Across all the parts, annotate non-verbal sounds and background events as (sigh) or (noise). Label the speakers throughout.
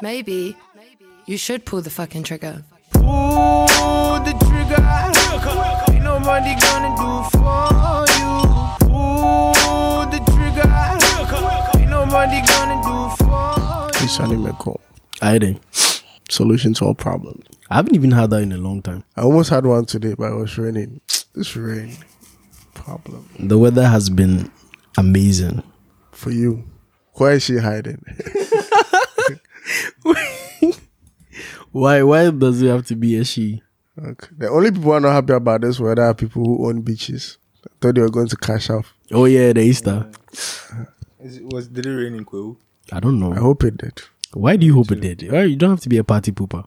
Speaker 1: Maybe you should pull the fucking trigger.
Speaker 2: Pull the trigger. Ain't nobody gonna do it for you. Pull the trigger. Ain't nobody gonna do it for you.
Speaker 3: It's Sunny McCall.
Speaker 4: Aye, then.
Speaker 3: Solution to all problems.
Speaker 4: I haven't even had that in a long time.
Speaker 3: I almost had one today, but it was raining. This rain problem
Speaker 4: The weather has been amazing.
Speaker 3: for you. Where is she hiding? (laughs)
Speaker 4: Why? Why does it have to be a she?
Speaker 3: okay. The only people who are not happy about this weather are people who own beaches. I thought they were going to cash out.
Speaker 4: Oh yeah, the Easter.
Speaker 5: Is it, was did it rain in Kwehu?
Speaker 4: I don't
Speaker 3: I
Speaker 4: know.
Speaker 3: hope it did.
Speaker 4: Why do you hope it did? Why- You don't have to be a party pooper.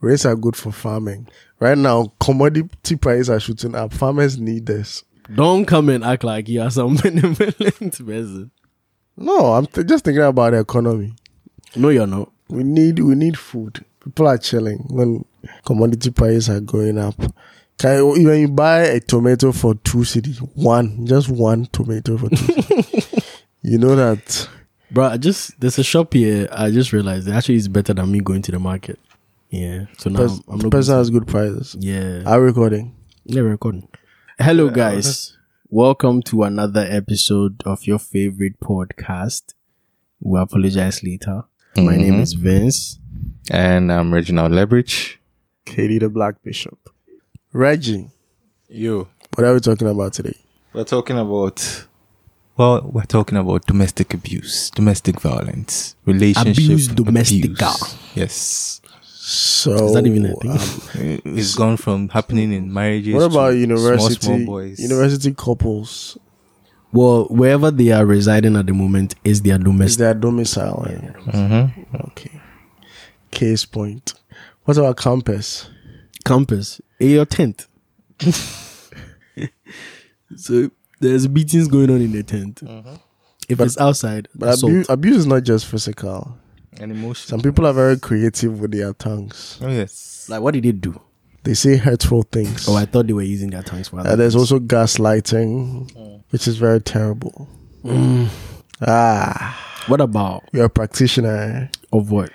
Speaker 3: Rates are good for farming. Right now, commodity prices are shooting up. Farmers need this.
Speaker 4: Don't come and act like you are some (laughs) benevolent person.
Speaker 3: No, I'm th- just thinking about the economy.
Speaker 4: No, you're not.
Speaker 3: We need we need food. People are chilling when commodity prices are going up. Can you, when you buy a tomato for two city, one just one tomato for two, cedi,
Speaker 4: (laughs)
Speaker 3: you know
Speaker 4: Um,
Speaker 3: that
Speaker 4: Bro, I just there's a shop here. I just realized it actually is better than me going to the market. Yeah. So now
Speaker 3: pers-
Speaker 4: I'm, I'm
Speaker 3: the
Speaker 4: not.
Speaker 3: person
Speaker 4: going
Speaker 3: has good prices.
Speaker 4: to- yeah.
Speaker 3: Are we recording?
Speaker 4: Yeah, we're recording. Hello, guys. Welcome to another episode of your favorite podcast. We apologize later.
Speaker 5: Mm-hmm.
Speaker 4: My name is Vince.
Speaker 5: And I'm Reginald Lebrich.
Speaker 3: Katie the Black Bishop, Reggie.
Speaker 5: Yo.
Speaker 3: What are we talking about today?
Speaker 5: We're talking about. Well, we're talking about domestic abuse, domestic violence, relationship
Speaker 4: Abuse domestica.
Speaker 5: abuse. Oh. Yes,
Speaker 3: So
Speaker 4: Is that even a thing? (laughs)
Speaker 5: It- it's gone from happening in marriages.
Speaker 3: what about
Speaker 5: to
Speaker 3: university
Speaker 5: Small, small boys.
Speaker 3: university couples?
Speaker 4: Well, wherever they are residing at the moment is their
Speaker 3: Is
Speaker 4: domestic.
Speaker 3: their domicile?
Speaker 5: Mm-hmm.
Speaker 3: Okay. Case point. What about campus?
Speaker 4: campus in
Speaker 3: (laughs)
Speaker 4: your tent. so there's beatings going on in the tent. If it's outside,
Speaker 3: Mm-hmm. But
Speaker 4: assault.
Speaker 3: abuse, abuse is not just physical.
Speaker 5: and emotional.
Speaker 3: Some people are very creative with their tongues.
Speaker 5: Oh yes.
Speaker 4: like what did they do?
Speaker 3: They say hurtful things.
Speaker 4: Oh, I thought they were using their tongues for.
Speaker 3: Uh,
Speaker 4: other
Speaker 3: there's
Speaker 4: things.
Speaker 3: also gaslighting,
Speaker 4: Mm.
Speaker 3: which is very terrible. Ah,
Speaker 4: what about
Speaker 3: you're a practitioner.
Speaker 4: of what?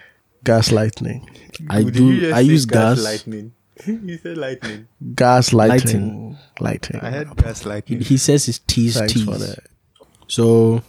Speaker 3: Gaslighting.
Speaker 4: I do. I use gas.
Speaker 5: Lightning. you said lightning.
Speaker 3: Gaslighting. Lighting.
Speaker 5: I had gas lightning.
Speaker 4: He says his tease
Speaker 3: Thanks
Speaker 4: tease.
Speaker 3: for that.
Speaker 4: So,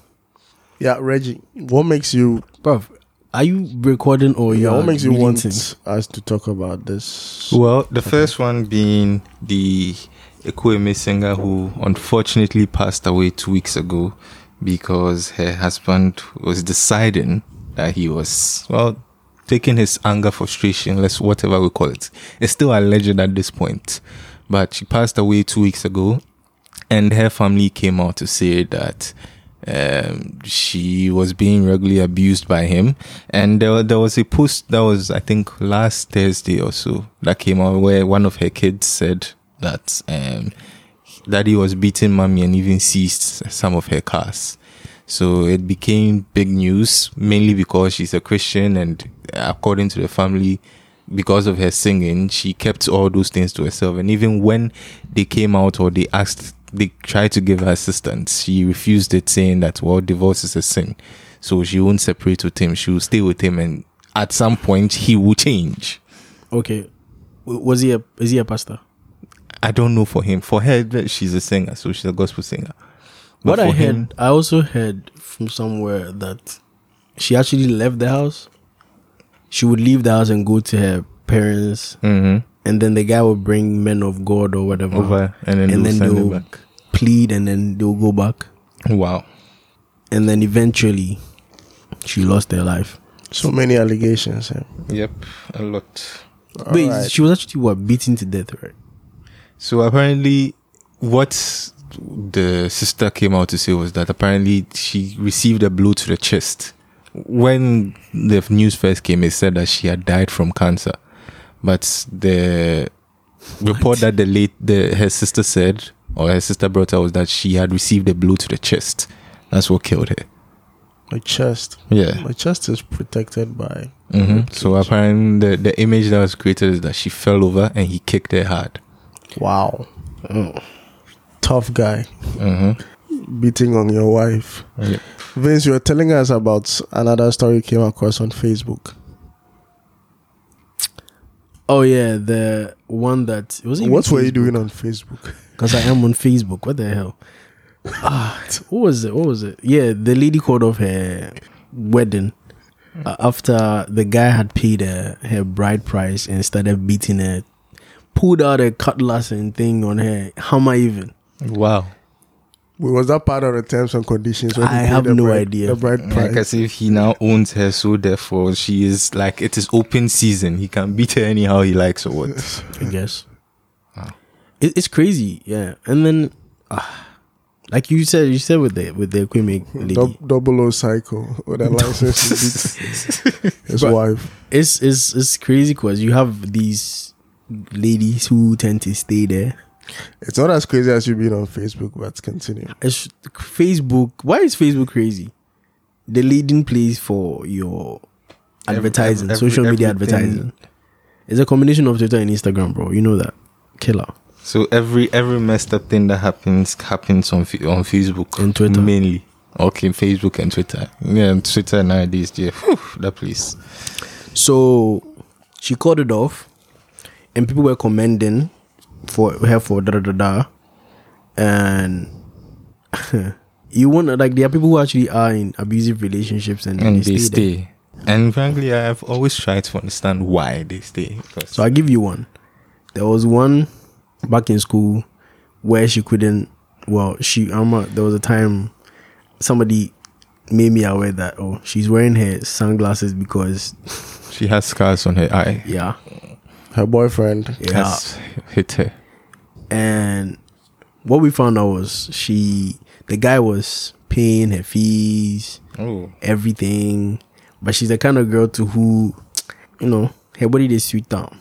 Speaker 3: Yeah, Reggie, what makes you
Speaker 4: bruv, are you recording or
Speaker 3: yeah,
Speaker 4: you're
Speaker 3: what makes you
Speaker 4: reading
Speaker 3: want
Speaker 4: things?
Speaker 3: us to talk about this?
Speaker 5: Well, the first one being the Ekweme singer who unfortunately passed away two weeks ago because her husband was deciding that he was, well, taking his anger, frustration, let's whatever we call it. It's still alleged at this point. But she passed away two weeks ago and her family came out to say that um, she was being regularly abused by him. And there, wa- there was a post that was, I think, last Thursday or so that came out where one of her kids said that um, daddy was beating mommy and even seized some of her cars. So it became big news mainly because she's a Christian and uh, according to the family, because of her singing, she kept all those things to herself. And even when they came out or they asked, they tried to give her assistance, she refused it, saying that, well, divorce is a sin. So she won't separate with him. She will stay with him. And at some point, he will change.
Speaker 4: Okay, W- was he a is he a pastor?
Speaker 5: I don't know for him. For her, that she's a singer. So she's a gospel singer. But
Speaker 4: What I
Speaker 5: for
Speaker 4: heard,
Speaker 5: him-
Speaker 4: I also heard from somewhere that she actually left the house. She would leave the house and go to her parents,
Speaker 5: Mhm.
Speaker 4: and then the guy would bring men of God or whatever
Speaker 5: Over, and then
Speaker 4: and
Speaker 5: they'll
Speaker 4: then
Speaker 5: send her
Speaker 4: they'll
Speaker 5: back.
Speaker 4: plead, and then they'll go back,
Speaker 5: Wow.
Speaker 4: and then eventually, she lost her life.
Speaker 3: So many allegations. eh?
Speaker 5: Yep. A lot.
Speaker 4: Wait,
Speaker 3: Alright.
Speaker 4: she was actually what beaten to death, right?
Speaker 5: So apparently, what the sister came out to say was that apparently she received a blow to the chest. When the news first came, it said that she had died from cancer, but the report that the late the her sister said or her sister brought out was that she had received a blow to the chest. That's what killed her.
Speaker 3: My chest.
Speaker 5: Yeah.
Speaker 3: My chest is protected by.
Speaker 5: hmm So apparently, the, the image that was created is that she fell over and he kicked her hard.
Speaker 3: Wow. Tough guy.
Speaker 5: hmm
Speaker 3: Beating on your wife.
Speaker 5: Yep.
Speaker 3: Vince, you were telling us about another story you came across on Facebook.
Speaker 4: Oh yeah, the one that it was.
Speaker 3: What were you doing on Facebook?
Speaker 4: Because I am on Facebook. What the hell? Ah, what was it? What was it? Yeah, the lady called off her wedding uh, after the guy had paid her, her bride price and started beating her, pulled out a cutlass and thing on her. Hammer even.
Speaker 5: Wow.
Speaker 3: Wait, Was that part of the terms and conditions? when you
Speaker 4: I
Speaker 3: paid
Speaker 4: have
Speaker 3: the
Speaker 4: no
Speaker 3: bride-
Speaker 4: idea.
Speaker 3: The bride
Speaker 5: Mm. Like
Speaker 3: price.
Speaker 5: as if he now owns her, so therefore she is like it is open season. He can beat her anyhow he likes or
Speaker 3: (laughs)
Speaker 5: what.
Speaker 4: I guess. It, it's crazy, yeah. And then, ah, like you said, you said with the with the Kwame lady,
Speaker 3: Dub- double O cycle with a license to beat (laughs) his wife.
Speaker 4: it's it's it's crazy because you have these ladies who tend to stay there.
Speaker 3: It's not as crazy as you being on Facebook, but continue.
Speaker 4: It's Facebook. Why is Facebook crazy? The leading place for your
Speaker 5: Every-
Speaker 4: advertising,
Speaker 5: every-
Speaker 4: social media
Speaker 5: everything.
Speaker 4: advertising. It's a combination of Twitter and Instagram, bro. You know that. Killer.
Speaker 5: So every every messed up thing that happens happens on Fa- on Facebook
Speaker 4: And Twitter.
Speaker 5: mainly. Okay, Facebook and Twitter. Yeah, and Twitter nowadays. Yeah, Whew, that place.
Speaker 4: So she called it off, and people were commending for her for da da da da, and (laughs) you want like there are people who actually are in abusive relationships and,
Speaker 5: And
Speaker 4: they, stay. there.
Speaker 5: stay. And frankly, I've always tried to understand why they stay. Because
Speaker 4: So I give you one. There was one back in school where she couldn't. Well, she I'm a, there was a time somebody made me aware that oh she's wearing her sunglasses because
Speaker 5: she has scars on her eye.
Speaker 4: yeah
Speaker 3: Her boyfriend.
Speaker 4: yeah
Speaker 5: Has hit her.
Speaker 4: and what we found out was she the guy was paying her fees
Speaker 5: Oh,
Speaker 4: everything but she's the kind of girl to who you know her body is sweet down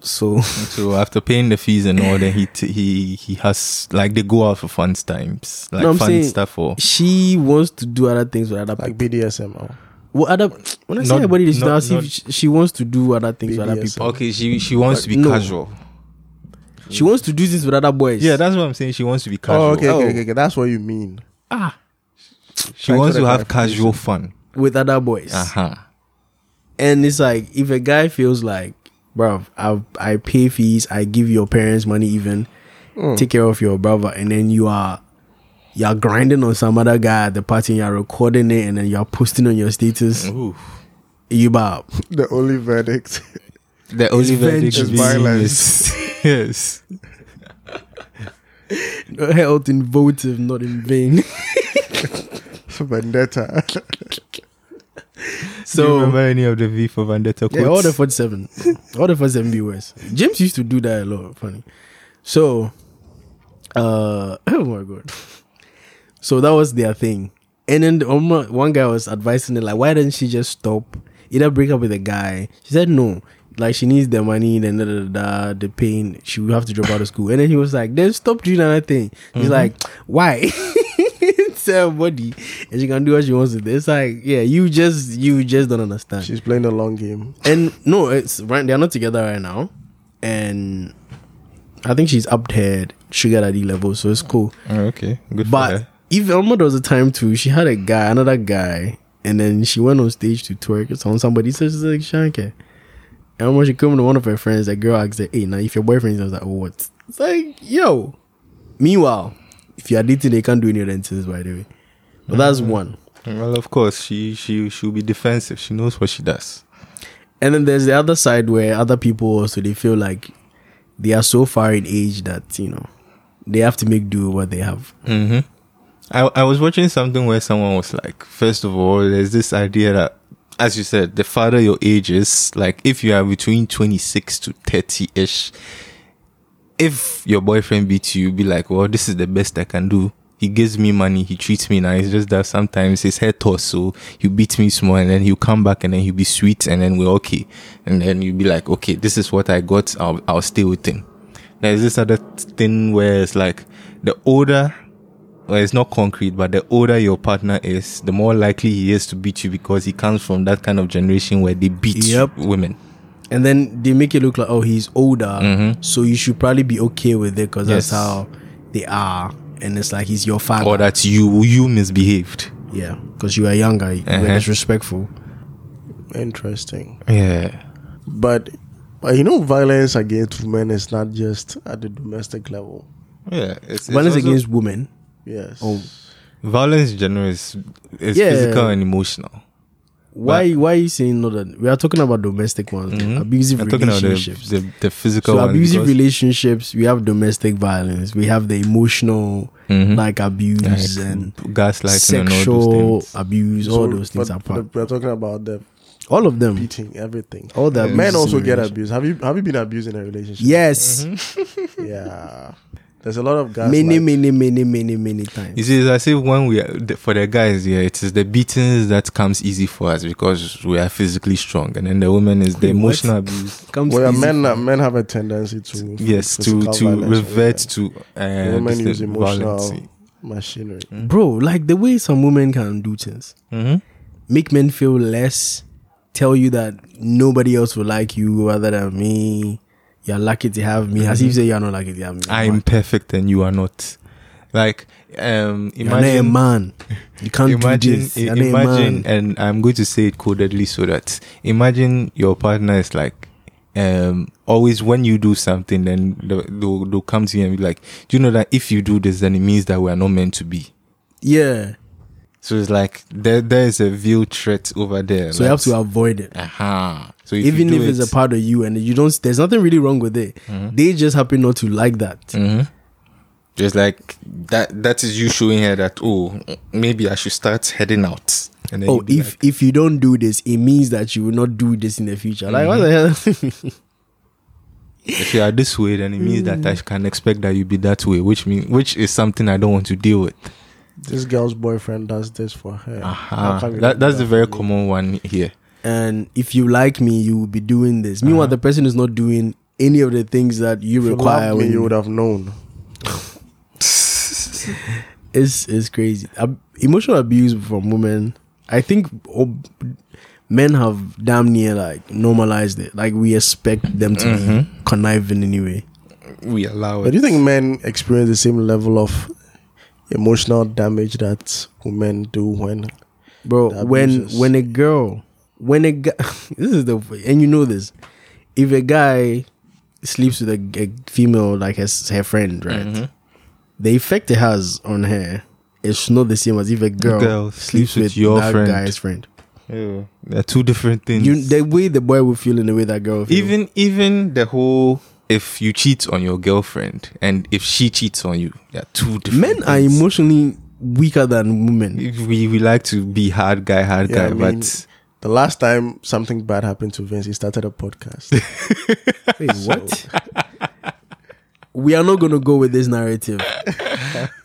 Speaker 4: so (laughs)
Speaker 5: So after paying the fees and all, then he t- he he has like they go out for fun times, like
Speaker 4: No, I'm
Speaker 5: fun
Speaker 4: saying-
Speaker 5: stuff or
Speaker 4: she wants to do other things with other
Speaker 3: Like
Speaker 4: people
Speaker 3: BDSM. oh.
Speaker 4: well other when i say
Speaker 5: Not-
Speaker 4: her body is
Speaker 5: not-
Speaker 4: sweet down, she, she wants to do other things with other
Speaker 3: BDSM.
Speaker 4: people
Speaker 5: okay. She she wants to be
Speaker 4: No.
Speaker 5: casual.
Speaker 4: she wants to do this with other boys
Speaker 5: Yeah, that's what I'm saying. She wants to be casual.
Speaker 3: Oh, okay, okay, okay, okay. That's what you mean.
Speaker 5: She
Speaker 3: Thanks
Speaker 5: wants
Speaker 3: for
Speaker 5: to
Speaker 3: the
Speaker 5: have casual fun.
Speaker 4: with other boys
Speaker 5: Uh huh.
Speaker 4: and it's like if a guy feels like bro i i pay fees i give your parents money even take care of your brother and then you are you're grinding on some other guy at the party and you're recording it and then you're posting on your
Speaker 5: Mm-hmm.
Speaker 4: status you bob
Speaker 3: The only
Speaker 4: (laughs)
Speaker 3: verdict.
Speaker 5: The only verdict
Speaker 4: vengeance.
Speaker 5: is
Speaker 3: Violence.
Speaker 5: (laughs) yes.
Speaker 4: (laughs) health in votive not in vain
Speaker 3: Vendetta.
Speaker 5: So Do you
Speaker 4: so
Speaker 5: remember any of the V for Vendetta quotes?
Speaker 4: yeah, all the 47 all the 47 viewers james used to do that a lot funny so uh (laughs) oh my god so that was their thing and then the- um, one guy was advising her like why didn't she just stop either break up with a guy she said no like she needs the money then da, da, da, da, the pain she will have to drop out of school and then he was like then stop doing another thing he's like why (laughs) it's her body and she can do what she wants with it it's like yeah you just you just don't understand
Speaker 3: She's playing the long game.
Speaker 4: and no, it's right. They are not together right now, and I think she's upped her sugar daddy level, so it's cool.
Speaker 5: Oh, okay, good. But
Speaker 4: But even Elma, there was a time too. She had a guy, another guy, and then she went on stage to twerk It's on somebody. So she's like, Shanka. And when she came to one of her friends, the girl asked her, "Hey, now if your boyfriend's," I was like, oh, "What?" It's like, yo. Meanwhile, if you are dating, they can't do any of them things, by the way. But that's one.
Speaker 5: well, of course, she she she'll be defensive. She knows what she does.
Speaker 4: And then there's the other side where other people also they feel like they are so far in age that you know they have to make do with what they have.
Speaker 5: Mm-hmm. I, I was watching something where someone was like, first of all, there's this idea that, as you said, the farther your age is, like if you are between 26 to 30 ish, if your boyfriend beats you, you'll be like, well, this is the best I can do. He gives me money, he treats me nice. Just that sometimes his head torso, he beat me small, and then he'll come back and then he'll be sweet, and then we're okay. And then you'll be like, okay, this is what I got, I'll, I'll stay with him. There's this other thing where it's like, the older well, it's not concrete, but the older your partner is, the more likely he is to beat you because he comes from that kind of generation where they beat
Speaker 4: Yep.
Speaker 5: women.
Speaker 4: And then they make it look like oh he's older, so you should probably be okay with it because
Speaker 5: Mm-hmm. Yes.
Speaker 4: that's how they are. And it's like he's your father,
Speaker 5: Or that you you misbehaved.
Speaker 4: yeah, because you are younger, you
Speaker 5: Uh-huh.
Speaker 4: are disrespectful.
Speaker 3: Interesting.
Speaker 5: Yeah.
Speaker 3: But But you know, violence against women is not just at the domestic level.
Speaker 5: Yeah, it's, it's
Speaker 4: Violence
Speaker 5: also-
Speaker 4: against women.
Speaker 3: Yes.
Speaker 4: Oh,
Speaker 5: violence. In general is is
Speaker 4: Yeah.
Speaker 5: physical and emotional.
Speaker 4: why? Why are you saying no? That we are talking about domestic ones, Mm-hmm. abusive
Speaker 5: I'm Mm-hmm. talking about the,
Speaker 4: relationships.
Speaker 5: the, the physical.
Speaker 4: so
Speaker 5: one
Speaker 4: abusive
Speaker 5: because-
Speaker 4: relationships. We have domestic violence. We have the emotional like abuse and
Speaker 5: Mm-hmm. gaslighting and all
Speaker 4: sexual uh,
Speaker 5: those things.
Speaker 4: abuse.
Speaker 3: So,
Speaker 4: all those things
Speaker 3: but
Speaker 4: are part.
Speaker 3: We're talking about the
Speaker 4: all of them.
Speaker 3: beating, everything.
Speaker 4: All the
Speaker 3: Men
Speaker 4: abuses
Speaker 3: also
Speaker 4: in
Speaker 3: get
Speaker 4: relationship.
Speaker 3: abused. Have you have you been abused in a relationship?
Speaker 4: Yes,
Speaker 5: Mm-hmm.
Speaker 3: Yeah. There's a lot of guys.
Speaker 4: many,
Speaker 3: like-
Speaker 4: many, many, many, many times.
Speaker 5: You see, as I say, when we are, the- for the guys, yeah, it is the beatings that comes easy for us because we are physically strong, and then the woman is the
Speaker 4: Wait, what?
Speaker 5: emotional abuse.
Speaker 4: Comes
Speaker 3: Well, yeah,
Speaker 4: easy
Speaker 3: men
Speaker 4: for-
Speaker 3: men have a tendency to
Speaker 5: Yes, to
Speaker 3: physical
Speaker 5: to
Speaker 3: violence.
Speaker 5: revert to uh,
Speaker 3: women
Speaker 5: this
Speaker 3: use
Speaker 5: thing,
Speaker 3: emotional
Speaker 5: violence.
Speaker 3: machinery.
Speaker 4: bro. Like the way some women can do things,
Speaker 5: Mhm.
Speaker 4: make men feel less. Tell you that nobody else will like you other than me. You're lucky to have me. As if you say you're not lucky to have me.
Speaker 5: Mm-hmm. I am perfect and you are not. Like, um,
Speaker 4: You're not a
Speaker 5: imagine,
Speaker 4: man. You can't do
Speaker 5: imagine,
Speaker 4: this.
Speaker 5: i-
Speaker 4: You're not a
Speaker 5: imagine,
Speaker 4: man.
Speaker 5: and I'm going to say it codedly so that imagine your partner is like, um, always when you do something, then they'll, they'll, they'll come to you and be like, do you know that if you do this, then it means that we are not meant to be.
Speaker 4: Yeah.
Speaker 5: So it's like there there is a real threat over there.
Speaker 4: So you have to avoid it.
Speaker 5: Aha. So if
Speaker 4: Even
Speaker 5: you do
Speaker 4: if it's
Speaker 5: it-
Speaker 4: a part of you and you don't, there's nothing really wrong with it.
Speaker 3: Hmm?
Speaker 4: They just happen not to like that.
Speaker 5: Mhm. Just like that. That is you showing her that oh, maybe I should start heading out. And then
Speaker 4: Oh,
Speaker 5: you'll be
Speaker 4: if
Speaker 5: like,
Speaker 4: if you don't do this, it means that you will not do this in the future. Like what
Speaker 3: Mm-hmm.
Speaker 4: the hell? (laughs)
Speaker 5: if you are this way, then it means that
Speaker 3: Hmm.
Speaker 5: I can expect that you be that way, which mean which is something I don't want to deal with.
Speaker 3: This girl's boyfriend does this for her.
Speaker 4: Ah,
Speaker 3: How
Speaker 5: Aha.
Speaker 3: can you
Speaker 5: That,
Speaker 3: do
Speaker 5: that's the very
Speaker 3: for me?
Speaker 5: common one here.
Speaker 4: and if you like me, you will be doing this. Meanwhile, the person is not doing any of the things that you
Speaker 3: Uh-huh. If you
Speaker 4: require.
Speaker 3: loved me,
Speaker 4: when
Speaker 3: you would have known.
Speaker 4: it's it's crazy. Ab- emotional abuse from women. I think ob- men have damn near like normalized it. Like we expect them to
Speaker 3: Mm-hmm.
Speaker 4: be conniving anyway.
Speaker 5: (laughs) We allow
Speaker 3: But
Speaker 5: it.
Speaker 3: do you think men experience the same level of emotional damage that women do when
Speaker 4: bro
Speaker 3: The
Speaker 4: when
Speaker 3: abuses.
Speaker 4: when a girl when a guy (laughs) this is the and you know this if a guy sleeps with a, g- a female like his her friend right
Speaker 5: Mm-hmm.
Speaker 4: the effect it has on her is not the same as if a girl,
Speaker 5: girl
Speaker 4: sleeps,
Speaker 5: sleeps with
Speaker 4: with
Speaker 5: your
Speaker 4: that
Speaker 5: friend.
Speaker 4: guy's friend
Speaker 5: Yeah. There are two different things.
Speaker 4: you the way the boy will feel and the way that girl will feel.
Speaker 5: even even the whole if you cheat on your girlfriend and if she cheats on you, they are two different.
Speaker 4: men are
Speaker 5: things.
Speaker 4: emotionally weaker than
Speaker 5: (laughs)
Speaker 4: women
Speaker 5: we we like to be hard guy, hard
Speaker 3: Yeah, I
Speaker 5: guy,
Speaker 3: mean-
Speaker 5: but
Speaker 3: the last time something bad happened to Vince, he started a
Speaker 4: (laughs)
Speaker 3: podcast.
Speaker 4: Wait, what we are not going to go with this
Speaker 5: (laughs)
Speaker 4: narrative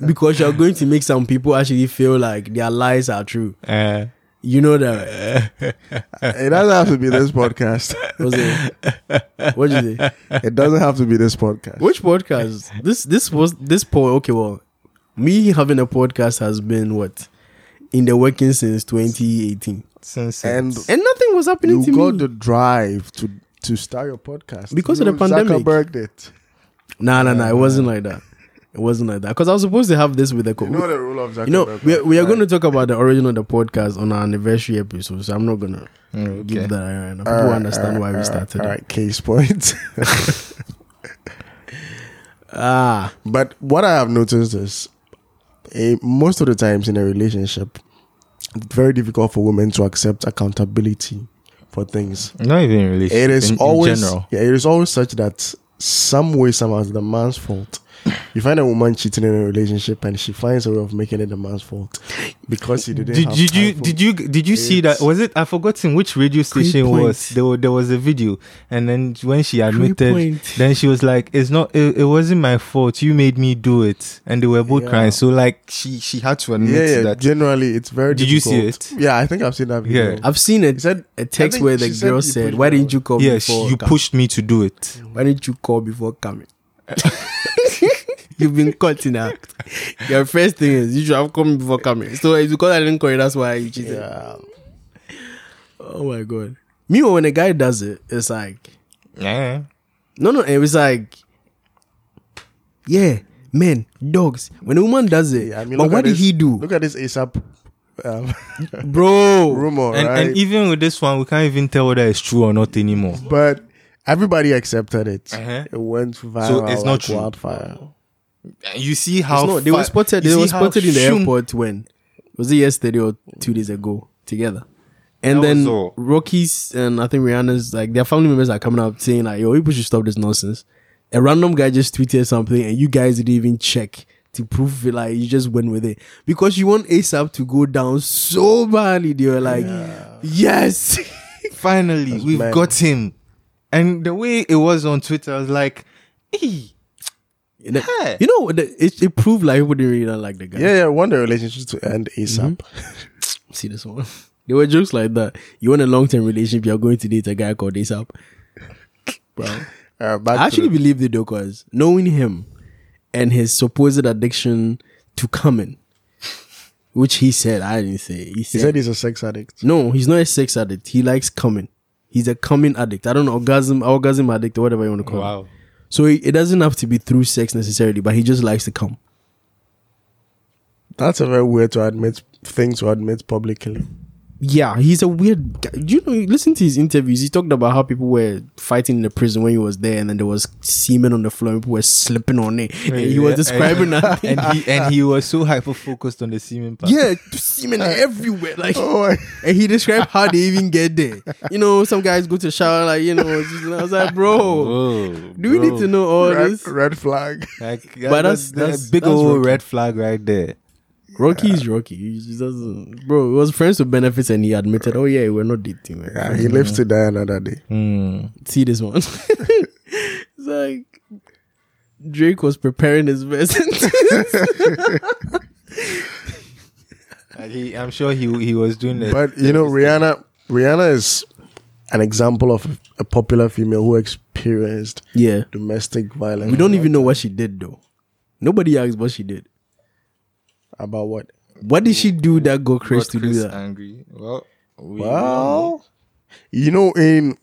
Speaker 4: because you're going to make some people actually feel like their lies are true
Speaker 5: uh,
Speaker 4: You know that. uh,
Speaker 3: it doesn't have to be this podcast.
Speaker 4: What's it? What did
Speaker 3: (laughs)
Speaker 4: you say?
Speaker 3: It doesn't have to be this podcast.
Speaker 4: Which podcast? This this was this po okay, well, me having a podcast has been what? In the working since twenty eighteen.
Speaker 5: since
Speaker 3: And
Speaker 5: it's-
Speaker 4: And nothing was happening
Speaker 3: you
Speaker 4: to
Speaker 3: got
Speaker 4: me.
Speaker 3: the drive to to start your podcast
Speaker 4: Because
Speaker 3: You
Speaker 4: of the pandemic.
Speaker 3: Zuckerberg did.
Speaker 4: nah nah nah, it wasn't like that. It wasn't like that. Because I was supposed to have this with the co-
Speaker 3: You know the rule of Zuckerberg.
Speaker 4: you know, we are, we are
Speaker 3: right?
Speaker 4: going to talk about the origin of the podcast on our anniversary episode, so I'm not going to
Speaker 5: Mm, okay.
Speaker 4: give that right now. People
Speaker 3: All right,
Speaker 4: understand
Speaker 3: all
Speaker 4: why
Speaker 3: right,
Speaker 4: we
Speaker 3: all right,
Speaker 4: started.
Speaker 3: All
Speaker 4: it.
Speaker 3: right, case point. (laughs)
Speaker 4: Ah,
Speaker 3: but what I have noticed is, eh, most of the times in a relationship, it's very difficult for women to accept accountability for things.
Speaker 5: not even in relation.
Speaker 3: It is
Speaker 5: in,
Speaker 3: always
Speaker 5: in general.
Speaker 3: yeah, it is always such that some way somehow it's the man's fault. You find a woman cheating in a relationship, and she finds a way of making it the man's fault because he didn't.
Speaker 5: Did,
Speaker 3: have
Speaker 5: did you
Speaker 3: time for-
Speaker 5: did you did you see that?
Speaker 3: It's-
Speaker 5: Was it I forgotten which radio station
Speaker 4: point.
Speaker 5: was there? wa- There was a video, and then when she admitted,
Speaker 4: point.
Speaker 5: then she was like, "It's not. It, it wasn't my fault. You made me do it." And they were both
Speaker 3: Yeah.
Speaker 5: crying. So like she she had to admit
Speaker 3: Yeah, yeah.
Speaker 5: that.
Speaker 3: Generally, it's very.
Speaker 5: Did you see
Speaker 3: difficult.
Speaker 5: it?
Speaker 3: Yeah, I think I've seen that video.
Speaker 5: Yeah.
Speaker 4: I've seen it.
Speaker 3: said-
Speaker 4: a text
Speaker 3: think
Speaker 4: where
Speaker 3: she
Speaker 4: the
Speaker 3: said
Speaker 4: girl
Speaker 3: you
Speaker 4: said,
Speaker 3: pushed
Speaker 4: "Why
Speaker 3: me
Speaker 4: didn't you call
Speaker 5: yeah,
Speaker 4: before?"
Speaker 5: she, you
Speaker 4: Ka-
Speaker 5: pushed me to do it.
Speaker 4: Why didn't you call before coming? (laughs) You've been caught in act. Your first thing is you should have come before coming. So it's because I didn't call you, that's why you cheated.
Speaker 3: Yeah.
Speaker 4: Oh my god. Meanwhile, when a guy does it, it's like
Speaker 5: Yeah,
Speaker 4: no, no. It was like, yeah, men, dogs. When a woman does it,
Speaker 3: Yeah, I mean,
Speaker 4: but
Speaker 3: look
Speaker 4: what
Speaker 3: at
Speaker 4: did
Speaker 3: this-
Speaker 4: he do,
Speaker 3: Look at this ASAP um,
Speaker 4: bro?
Speaker 3: rumor,
Speaker 5: and
Speaker 3: right?
Speaker 5: and even with this one, we can't even tell whether it's true or not anymore.
Speaker 3: but Everybody accepted it.
Speaker 5: Uh-huh.
Speaker 3: It went viral
Speaker 5: it's
Speaker 3: like
Speaker 5: not true.
Speaker 3: wildfire.
Speaker 5: You see how
Speaker 4: no, they were
Speaker 5: fa-
Speaker 4: spotted.
Speaker 5: you
Speaker 4: They
Speaker 5: see
Speaker 4: were
Speaker 5: how
Speaker 4: spotted in the
Speaker 5: shoom-
Speaker 4: airport when was it yesterday or two days ago together. And
Speaker 5: That was
Speaker 4: then
Speaker 5: all.
Speaker 4: Rockies and I think Rihanna's like their family members are coming up saying like, "Yo, people should stop this nonsense." A random guy just tweeted something, and you guys didn't even check to prove it. Like you just went with it because you want ASAP to go down so badly. They were like,
Speaker 5: (laughs)
Speaker 4: "Yes."
Speaker 5: Finally, we've
Speaker 3: mad.
Speaker 5: got him. And the way it was on Twitter, I was like, "Eh,
Speaker 4: And then-
Speaker 5: Hey.
Speaker 4: You know, the- it, it proved like people didn't really not like the guy.
Speaker 3: Yeah, yeah. I want the relationship to end ASAP.
Speaker 5: Mm-hmm.
Speaker 4: see this one. (laughs) There were jokes like that. You want a long term relationship, you're going to date a guy called ASAP. Bro.
Speaker 3: Uh, back
Speaker 4: I
Speaker 3: to
Speaker 4: actually
Speaker 3: the-
Speaker 4: believe the because knowing him and his supposed addiction to coming, which he said, I didn't say. He
Speaker 3: he
Speaker 4: said,
Speaker 3: said he's a sex addict.
Speaker 4: No, he's not a sex addict. He likes coming. He's a coming addict. I don't know, orgasm, orgasm addict, or whatever you want to call it.
Speaker 5: wow.
Speaker 4: So it, it doesn't have to be through sex necessarily, but he just likes to come.
Speaker 3: That's a very weird to admit thing to admit publicly.
Speaker 4: Yeah, he's a weird guy. Do you know, you listen to his interviews. He talked about how people were fighting in the prison when he was there, and then there was semen on the floor, and people were slipping on it. And he was
Speaker 5: (laughs)
Speaker 4: describing that.
Speaker 5: and he and he was so hyper focused on the semen part.
Speaker 4: yeah, semen everywhere. Like,
Speaker 3: Oh,
Speaker 4: and he described how they even get there. You know, some guys go to the shower, like, you know, it's just- I was like, bro,
Speaker 5: Whoa,
Speaker 4: do we need to know all
Speaker 3: red,
Speaker 4: this?
Speaker 3: red flag. (laughs)
Speaker 5: Oh. Like,
Speaker 4: But that's-
Speaker 5: that's,
Speaker 4: that's-
Speaker 5: a big
Speaker 4: that's
Speaker 5: old
Speaker 4: Rocky.
Speaker 5: red flag right there.
Speaker 4: Rocky is Rocky. He just doesn't, bro, he was friends with benefits, and he admitted, oh, yeah, we're not dating. man.
Speaker 3: Yeah,
Speaker 5: Mm-hmm.
Speaker 3: he lives to die another day.
Speaker 5: Hmm.
Speaker 4: see this one. (laughs) it's like Drake was preparing his verse.
Speaker 5: Like, he- I'm sure he he was doing that.
Speaker 3: But you know, Rihanna, Rihanna is an example of a popular female who experienced
Speaker 4: (laughs) yeah.
Speaker 3: domestic violence.
Speaker 4: We don't even know what she did though. Nobody asked what she did.
Speaker 5: e-
Speaker 3: about what.
Speaker 4: What did she do that got Chris
Speaker 5: Got
Speaker 4: to do
Speaker 5: Chris
Speaker 4: that?
Speaker 5: angry. Well, we
Speaker 3: Well, you know, in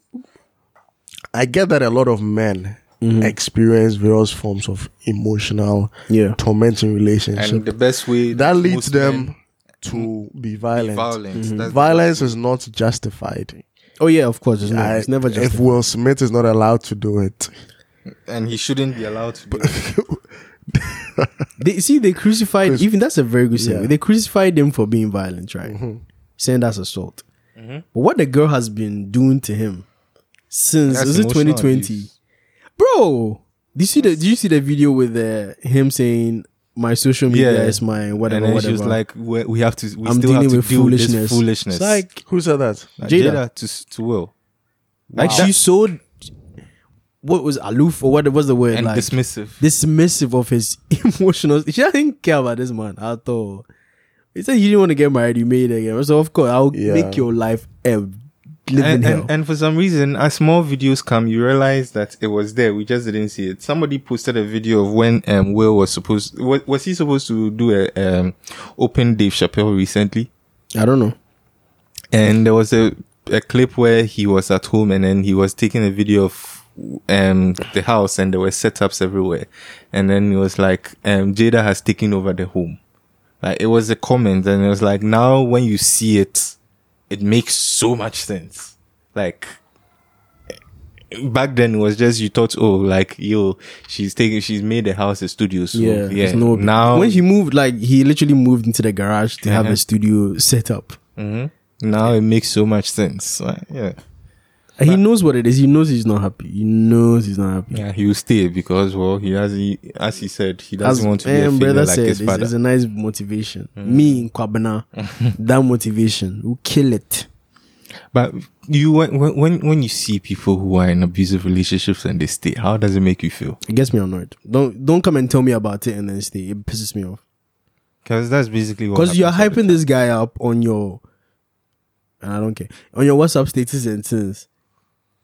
Speaker 3: I get that a lot of men
Speaker 5: Mm-hmm.
Speaker 3: experience various forms of emotional
Speaker 4: Yeah.
Speaker 3: tormenting relationship.
Speaker 5: and the best way
Speaker 3: that leads
Speaker 5: most
Speaker 3: them
Speaker 5: men
Speaker 3: to be
Speaker 5: be
Speaker 3: violent.
Speaker 5: violent. That's
Speaker 3: Violence is not justified.
Speaker 4: Oh yeah, of course. It's, not,
Speaker 3: I-
Speaker 4: it's never just
Speaker 3: if Will Smith is not allowed to do it,
Speaker 5: and he shouldn't be allowed to. Do
Speaker 4: (laughs)
Speaker 5: that.
Speaker 4: they see they crucified even that's a very good segue.
Speaker 3: Yeah.
Speaker 4: They crucified him for being violent, right? Saying that's assault.
Speaker 5: Mm-hmm.
Speaker 4: But what the girl has been doing to him since
Speaker 5: That's
Speaker 4: is it
Speaker 5: emotional
Speaker 4: 2020?
Speaker 5: abuse.
Speaker 4: Bro, did you see the did you see the video with uh, him saying my social media
Speaker 5: Yeah.
Speaker 4: is my whatever
Speaker 5: and then
Speaker 4: whatever?
Speaker 5: she was like, we, "We have to. We
Speaker 4: I'm
Speaker 5: still
Speaker 4: dealing
Speaker 5: have to
Speaker 4: with
Speaker 5: deal
Speaker 4: foolishness.
Speaker 5: with this foolishness."
Speaker 4: It's like
Speaker 3: who said that?
Speaker 5: Like,
Speaker 4: Jada.
Speaker 5: Jada to to Will,
Speaker 4: like
Speaker 5: Wow.
Speaker 4: she's so what was aloof or what was the word
Speaker 5: and
Speaker 4: like
Speaker 5: dismissive.
Speaker 4: dismissive of his (laughs) emotional. She didn't care about this man at all. He said you didn't want to get married, you made it again. So of course I'll
Speaker 3: Yeah.
Speaker 4: make your life a living
Speaker 5: and,
Speaker 4: hell.
Speaker 5: and, and for some reason, as more videos come, you realize that it was there. We just didn't see it. Somebody posted a video of when um, Will was supposed was, was he supposed to do a um, open Dave Chappelle recently,
Speaker 4: I don't know.
Speaker 5: and there was a a clip where he was at home and then he was taking a video of um the house and there were setups everywhere, and then it was like um Jada has taken over the home. Like it was a comment, and it was like now when you see it, it makes so much sense. Like back then it was just you thought, oh, like yo, she's taking, she's made the house a studio. So
Speaker 4: yeah,
Speaker 5: yeah,
Speaker 4: there's no
Speaker 5: now
Speaker 4: when he moved, like he literally moved into the garage to have a
Speaker 5: Uh-huh.
Speaker 4: studio set up.
Speaker 5: Mhm. now it makes so much sense. Like, yeah,
Speaker 4: And he knows what it is. He knows he's not happy. He knows he's not happy.
Speaker 5: yeah, he'll stay because well, he has, he, as he said, he doesn't
Speaker 4: As
Speaker 5: want to be a
Speaker 4: my
Speaker 5: failure
Speaker 4: brother
Speaker 5: like his
Speaker 4: it's,
Speaker 5: father. Mm.
Speaker 4: it's a nice motivation. Me in
Speaker 5: (laughs)
Speaker 4: Kwabena, that motivation will kill it.
Speaker 5: but you when when- when when you see people who are in abusive relationships and they stay, how does it make you feel?
Speaker 4: It gets me annoyed. Don't don't come and tell me about it and then stay. It pisses me off.
Speaker 5: Because that's basically what.
Speaker 4: Because you're
Speaker 5: happens at the
Speaker 4: hyping this guy up on your, and I don't care, on your WhatsApp status and things.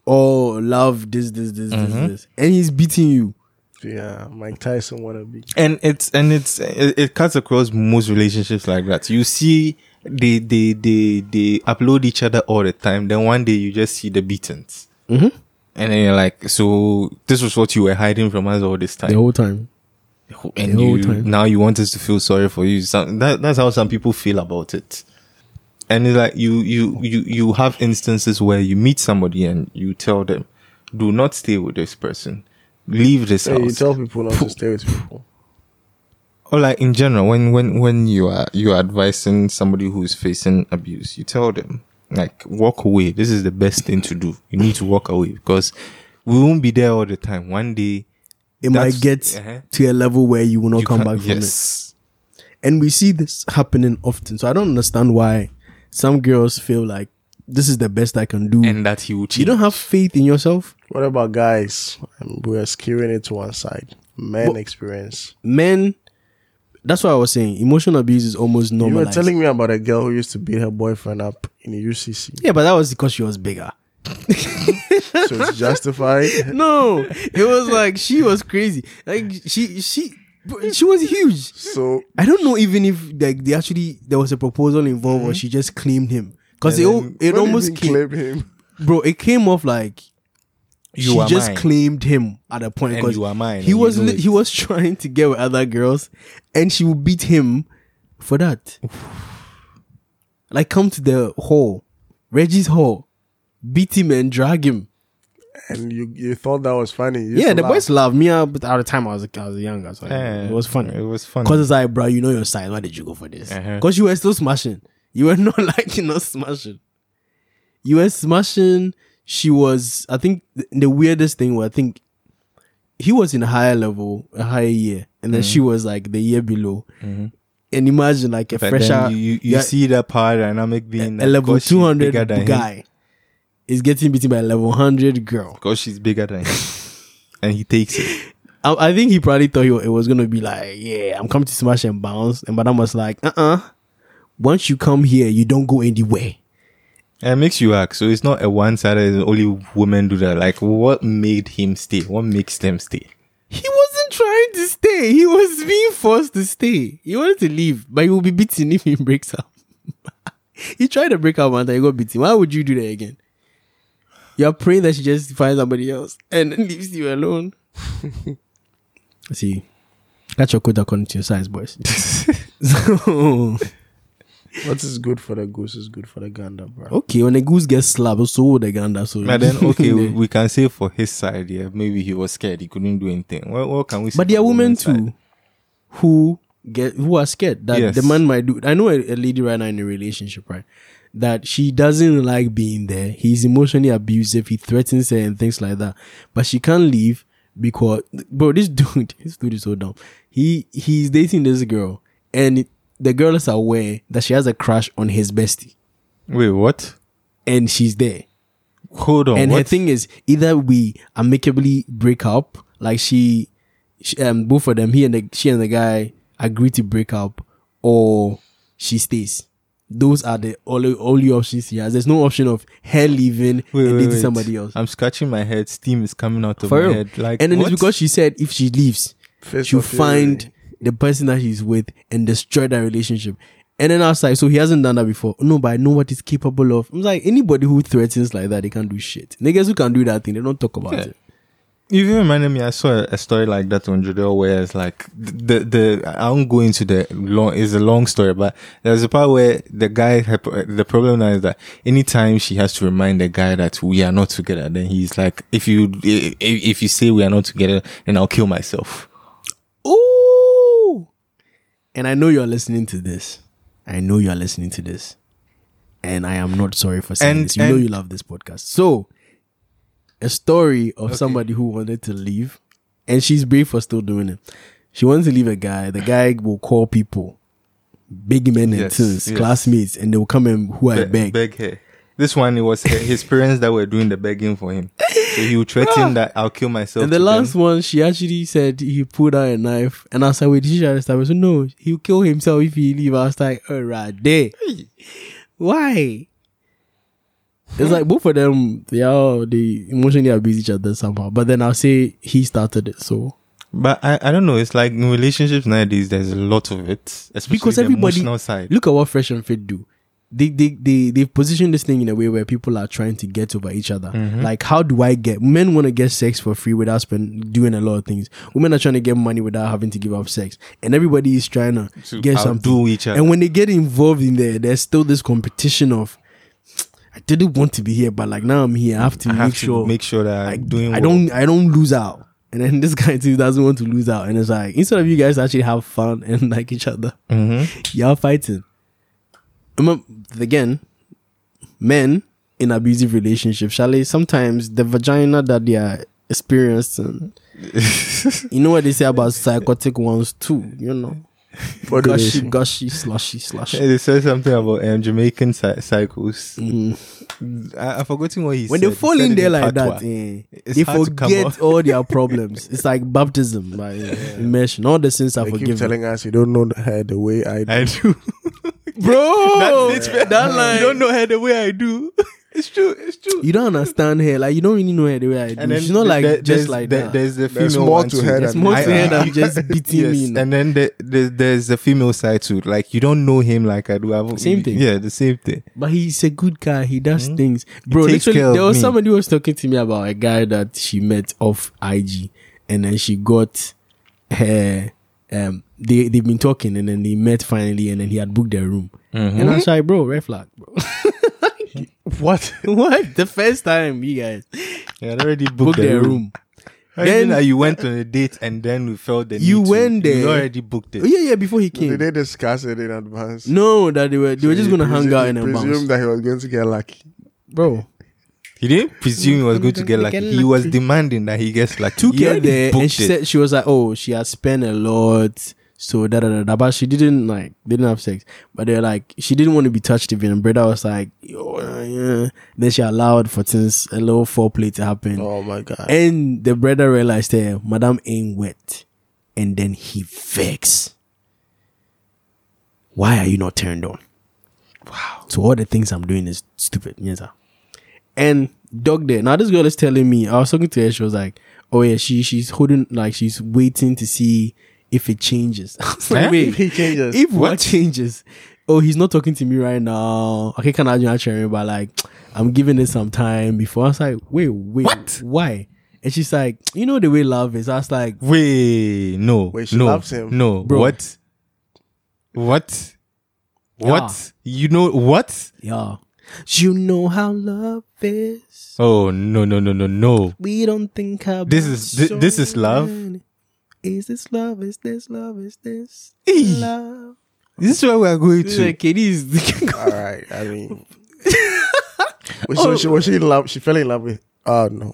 Speaker 4: Oh, love this, this, this, this, this. And he's beating you.
Speaker 3: Yeah, Mike Tyson wannabe.
Speaker 5: and it's and it's it, it cuts across most relationships like that you see they they they they upload each other all the time then one day you just see the beatings
Speaker 4: Mm-hmm.
Speaker 5: and then you're like so this was what you were hiding from us all this time
Speaker 4: The whole time.
Speaker 5: and
Speaker 4: the whole
Speaker 5: you,
Speaker 4: time.
Speaker 5: now you want us to feel sorry for you some, that, that's how some people feel about it and it's like you you you you have instances where you meet somebody and you tell them do not stay with this person. Leave this
Speaker 3: Hey, you
Speaker 5: house.
Speaker 3: tell people not to stay with people.
Speaker 5: or like in general, when when when you are you are advising somebody who is facing abuse, you tell them like walk away. This is the best thing to do. You need to walk away because we won't be there all the time. One day
Speaker 4: It
Speaker 5: That's-
Speaker 4: might get
Speaker 5: uh-huh.
Speaker 4: to a level where you will not
Speaker 5: you
Speaker 4: come
Speaker 5: can't-
Speaker 4: back from it.
Speaker 5: yes.
Speaker 4: and we see this happening often. So I don't understand why some girls feel like this is the best I can do.
Speaker 5: And that he will
Speaker 4: you
Speaker 5: cheat.
Speaker 4: don't have faith in yourself.
Speaker 3: What about guys? Um, we are skewing it to one side. Men experience.
Speaker 4: Men, that's what I was saying. Emotional abuse is almost
Speaker 3: You were
Speaker 4: normalized.
Speaker 3: telling me about a girl who used to beat her boyfriend up in the UCC.
Speaker 4: yeah, but that was because she was bigger.
Speaker 3: So it's justified.
Speaker 4: (laughs) No, it was like she was crazy. Like she she she was huge.
Speaker 3: So
Speaker 4: I don't know even if like they actually there was a proposal involved
Speaker 5: Hmm?
Speaker 4: or she just claimed him because it al- it
Speaker 3: don't
Speaker 4: almost
Speaker 3: even
Speaker 4: came,
Speaker 3: claim him.
Speaker 4: bro. It came off like
Speaker 5: You
Speaker 4: she
Speaker 5: are
Speaker 4: just
Speaker 5: mine.
Speaker 4: claimed him at a point
Speaker 5: And
Speaker 4: because
Speaker 5: you are mine,
Speaker 4: he
Speaker 5: and you
Speaker 4: was
Speaker 5: know
Speaker 4: li-
Speaker 5: it.
Speaker 4: he was trying to get with other girls, and she would beat him for that. like come to the hall, Reggie's hall, beat him and drag him.
Speaker 3: And you, you thought that was funny. You
Speaker 4: yeah,
Speaker 3: used to
Speaker 4: the
Speaker 3: laugh.
Speaker 4: boys love me. uh, But at the time I was I was younger, so
Speaker 5: Eh,
Speaker 4: it was funny.
Speaker 5: It was funny.
Speaker 4: Cause it's like, bro, you know your size. Why did you go for this?
Speaker 5: Uh-huh.
Speaker 4: Cause you were still smashing. You were (laughs) not like you not smashing. You were smashing. She was. I think th- the weirdest thing was I think he was in a higher level, a higher year, and then she was like the year below. And imagine like a
Speaker 5: Mm-hmm. But
Speaker 4: fresher,
Speaker 5: then you, you, you
Speaker 4: yeah,
Speaker 5: see that power dynamic being
Speaker 4: a level two hundred
Speaker 5: guy
Speaker 4: guy is getting beaten by a level hundred girl.
Speaker 5: because she's bigger than him, and he takes it.
Speaker 4: I, I think he probably thought he, wa- it was gonna be like, yeah, I'm coming to smash and bounce. And Madame was like, uh uh Once you come here, you don't go anywhere.
Speaker 5: And it makes you ask. So it's not a one-sided. Only women do that. Like, what made him stay? What makes them stay?
Speaker 4: He wasn't trying to stay. He was being forced to stay. He wanted to leave, but he will be beaten if (laughs) he breaks up. he tried to break up one time, he got beaten. Why would you do that again? You're praying that she just finds somebody else and (laughs) then leaves you alone. See, that's your quote according to your size, boys. (laughs) so,
Speaker 3: What is good for the goose is good for the gander, bro.
Speaker 4: Okay, when the goose gets slapped, so would the gander. So
Speaker 5: But then,
Speaker 4: (laughs)
Speaker 5: okay, we, we can say for his side, yeah, maybe he was scared. He couldn't do anything. What, what can we say?
Speaker 4: but there
Speaker 5: for
Speaker 4: are women
Speaker 5: women's side?
Speaker 4: too who get who are scared that
Speaker 5: Yes.
Speaker 4: the man might do. I know a, a lady right now in a relationship, right? That she doesn't like being there. He's emotionally abusive. He threatens her and things like that. But she can't leave because, bro, this (laughs) dude, this dude is so dumb. He he's dating this girl, and the girl is aware that she has a crush on his bestie,
Speaker 5: Wait, what?
Speaker 4: and she's there.
Speaker 5: Hold on.
Speaker 4: and
Speaker 5: what?
Speaker 4: her thing is either we amicably break up, like she, she um, both of them, he and the, she and the guy agree to break up, or she stays. Those are the only only options he has. There's no option of her leaving
Speaker 5: Wait,
Speaker 4: and
Speaker 5: wait,
Speaker 4: dating
Speaker 5: wait.
Speaker 4: somebody else.
Speaker 5: I'm scratching my head. Steam is coming out of
Speaker 4: For
Speaker 5: my
Speaker 4: real.
Speaker 5: head. Like,
Speaker 4: and then
Speaker 5: what?
Speaker 4: it's because she said if she leaves,
Speaker 3: Fist
Speaker 4: she'll
Speaker 3: of fury.
Speaker 4: find the person that she's with and destroy that relationship. And then I was like, so he hasn't done that before. No, but I know what he's capable of. I'm like, anybody who threatens like that, they can't do shit. Niggas who can do that thing, they don't talk about
Speaker 5: Yeah.
Speaker 4: it.
Speaker 5: You've even reminded me. I saw a story like that on Jodel where it's like the, the I won't go into the long. It's a long story, but there's a part where the guy had- the problem now is that anytime she has to remind the guy that we are not together, then he's like, if you if, if you say we are not together, then I'll kill myself.
Speaker 4: Ooh. And I know you're listening to this. I know you're listening to this. And I am not sorry for saying
Speaker 5: And-
Speaker 4: this. You know
Speaker 5: and-
Speaker 4: you love this podcast. So, a story of somebody who wanted to leave, and she's brave for still doing it. She wants to leave a guy. The guy will call people, big men and
Speaker 5: Yes,
Speaker 4: teens,
Speaker 5: yes.
Speaker 4: classmates, and they will come and who I
Speaker 5: Be-
Speaker 4: beg.
Speaker 5: her. This one it was her- his parents that were doing the begging for him. So he would threaten that I'll kill myself.
Speaker 4: And the
Speaker 5: to them.
Speaker 4: last one, she actually said he pulled out a knife, and I was like, "Wait, did she try to stab?" her?" So no, he'll kill himself if he leave. I was like, "Alright, there. Why?" It's like both of them, they all they emotionally abuse each other somehow. But then I'll say he started it, so
Speaker 5: But I, I don't know. It's like in relationships nowadays, there's a lot of it, especially
Speaker 4: because
Speaker 5: the
Speaker 4: everybody
Speaker 5: emotional side.
Speaker 4: look at what Fresh and Fit do. They they they they position this thing in a way where people are trying to get over each other.
Speaker 5: Mm-hmm.
Speaker 4: Like, how do I get? Men want to get sex for free without spend doing a lot of things. Women are trying to get money without having to give up sex, and everybody is trying to,
Speaker 5: To
Speaker 4: get
Speaker 5: outdo
Speaker 4: something.
Speaker 5: each other.
Speaker 4: And when they get involved in there, there's still this competition of. I didn't want to be here, but like now I'm here. I have to
Speaker 5: I
Speaker 4: make
Speaker 5: have to
Speaker 4: sure
Speaker 5: make sure that
Speaker 4: I,
Speaker 5: I'm doing.
Speaker 4: I
Speaker 5: well.
Speaker 4: don't I don't lose out. And then this guy (laughs) too doesn't want to lose out. And it's like instead of you guys actually have fun and (laughs) like each other,
Speaker 5: Mm-hmm.
Speaker 4: y'all fighting. Remem- Again, men in abusive relationships, Charlie, sometimes the vagina that they are
Speaker 5: (laughs)
Speaker 4: experiencing, you know what they say about psychotic ones too, you know?
Speaker 3: What do they
Speaker 4: Gushy,
Speaker 3: say?
Speaker 4: gushy, slushy, slushy.
Speaker 5: Hey, they said something about um, Jamaican cy- cycles. I, I've forgotten what he
Speaker 4: Mm-hmm. when they
Speaker 5: said. He
Speaker 4: fall
Speaker 5: said
Speaker 4: in
Speaker 5: it
Speaker 4: there like
Speaker 5: patois.
Speaker 4: that, eh,
Speaker 5: It's
Speaker 4: they
Speaker 5: hard to come
Speaker 4: forget
Speaker 5: out.
Speaker 4: all their problems. it's
Speaker 5: (laughs)
Speaker 4: like baptism, like immersion. All the sins are
Speaker 3: They keep
Speaker 4: forgiven,
Speaker 3: telling us you don't know her the way I do.
Speaker 4: (laughs)
Speaker 5: I do. (laughs)
Speaker 4: bro.
Speaker 5: That's it, man. You don't know her the way I do. (laughs) It's true. It's true.
Speaker 4: You don't understand her. Like you don't really know her the way I do. She's not like
Speaker 5: there-
Speaker 4: just
Speaker 5: there's-
Speaker 4: like
Speaker 5: there-
Speaker 4: that.
Speaker 5: There's the female
Speaker 3: There's more
Speaker 5: one
Speaker 3: to
Speaker 5: too.
Speaker 3: her
Speaker 4: There's
Speaker 3: than
Speaker 4: more
Speaker 5: I-
Speaker 4: to her
Speaker 5: I- (laughs)
Speaker 4: than just beating
Speaker 5: Yes,
Speaker 4: me.
Speaker 5: and then the, the, there's the female side too. Like you don't know him like I do. I've,
Speaker 4: Same thing.
Speaker 5: Yeah, the same thing.
Speaker 4: But he's a good guy. He does things, bro.
Speaker 5: takes
Speaker 4: Literally,
Speaker 5: care of
Speaker 4: there was
Speaker 5: me.
Speaker 4: somebody who was talking to me about a guy that she met off IG, and then she got her. Um, they they've been talking, and then they met finally, and then he had booked their room. And I was like, bro, red flag, bro. (laughs)
Speaker 3: What?
Speaker 4: what? The first time, you guys
Speaker 5: Yeah, I already booked,
Speaker 4: booked
Speaker 5: the
Speaker 4: their
Speaker 5: room.
Speaker 4: room.
Speaker 5: Then
Speaker 4: Then-
Speaker 5: you went on a date and then we felt the
Speaker 4: You
Speaker 5: need to-
Speaker 4: went there.
Speaker 5: You already booked it.
Speaker 4: Oh, yeah, yeah. Before he
Speaker 3: (laughs) Did
Speaker 4: came,
Speaker 3: they discuss it in advance?
Speaker 4: no, that they were they were just gonna hang out and then
Speaker 3: presume
Speaker 4: bounce,
Speaker 3: that he was going to get lucky.
Speaker 4: bro.
Speaker 5: He didn't presume he was going to get like he was demanding that he gets like two
Speaker 4: yeah, there, and she said she was like, "Oh, she has spent a lot." So da da da, da. but she didn't like they didn't have sex. But they're like she didn't want to be touched even. And Breda was like, "Yo, uh, yeah." then she allowed for things a little foreplay to happen.
Speaker 3: Oh my god.
Speaker 4: And the brother realized that Madame ain't wet. And then he vexed. Why are you not turned on? Wow. So all the things I'm doing is stupid. Yes, sir. And dog there. Now this girl is telling me, I was talking to her, she was like, Oh yeah, she she's holding like she's waiting to see if it changes. (laughs) I was like,
Speaker 5: Huh?
Speaker 4: "Wait,
Speaker 3: If he changes.
Speaker 4: If what? changes? Oh, he's not talking to me right now. Okay, can I just him? But like, I'm giving it some time before. I was like, wait, wait, why? And she's like, you know the way love is. I was like,
Speaker 5: Wait, no.
Speaker 3: Wait, she
Speaker 5: no,
Speaker 3: loves him.
Speaker 5: No.
Speaker 4: Bro.
Speaker 5: What? What? What? You know what?
Speaker 4: yeah, you know how love is.
Speaker 5: Oh no no no no no.
Speaker 4: We don't think about
Speaker 5: This is- thi-
Speaker 4: so
Speaker 5: this is love?
Speaker 4: many- Is this love? Is this love? Is this
Speaker 5: Eee.
Speaker 4: love?
Speaker 5: This is where we are going
Speaker 4: This is
Speaker 5: to. Ah,
Speaker 4: like it
Speaker 3: (laughs)
Speaker 4: is. (laughs)
Speaker 3: All right. I mean, Wait,
Speaker 4: Oh.
Speaker 3: so she was she in love? She fell in love with. Oh no.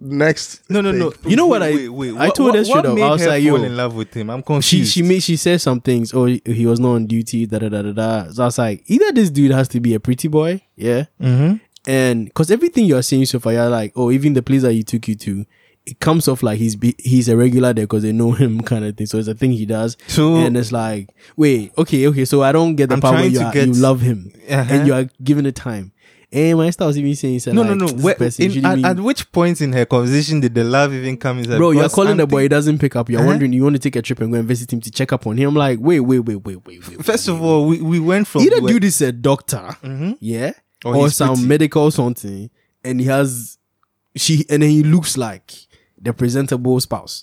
Speaker 3: Next.
Speaker 5: No no no.
Speaker 4: You know what I- I told her
Speaker 5: what,
Speaker 4: straight
Speaker 5: what
Speaker 4: up, I
Speaker 5: made
Speaker 4: was
Speaker 5: her
Speaker 4: like,
Speaker 5: fall
Speaker 4: yo,
Speaker 5: in love with him. I'm
Speaker 4: she
Speaker 5: confused.
Speaker 4: she made she said some things. Oh, he was not on duty. Da da da da da. So I was like, either this dude has to be a pretty boy, yeah,
Speaker 5: Mhm.
Speaker 4: and because everything you're saying so far, you're like, oh, even the place that you took you to, it comes off like he's be, he's a regular there because they know (laughs) him kind of thing. So it's a thing he does.
Speaker 5: So-
Speaker 4: and it's like, wait, okay, okay. So I don't get the
Speaker 5: I'm
Speaker 4: part where
Speaker 5: trying
Speaker 4: you,
Speaker 5: to
Speaker 4: are,
Speaker 5: get-
Speaker 4: you love him
Speaker 5: Uh-huh.
Speaker 4: and you are given the time. And my star was even saying, he said,
Speaker 5: No,
Speaker 4: like,
Speaker 5: no, no.
Speaker 4: this
Speaker 5: Where,
Speaker 4: person
Speaker 5: in,
Speaker 4: shouldn't
Speaker 5: at,
Speaker 4: be-
Speaker 5: at which point in her conversation did the love even come inside?
Speaker 4: Bro, you're
Speaker 5: Because
Speaker 4: calling
Speaker 5: I'm
Speaker 4: the boy, he
Speaker 5: think-
Speaker 4: doesn't pick up. You're
Speaker 5: Uh-huh.
Speaker 4: wondering, you want to take a trip and go and visit him to check up on him. I'm like, wait, wait, wait, wait, wait, wait.
Speaker 5: First of all, we, we went from
Speaker 4: Either
Speaker 5: we-
Speaker 4: dude is a doctor, yeah,
Speaker 5: Mm-hmm. Or
Speaker 4: or,
Speaker 5: he's
Speaker 4: some
Speaker 5: pretty.
Speaker 4: medical something, and he has she, and then he looks like the presentable spouse.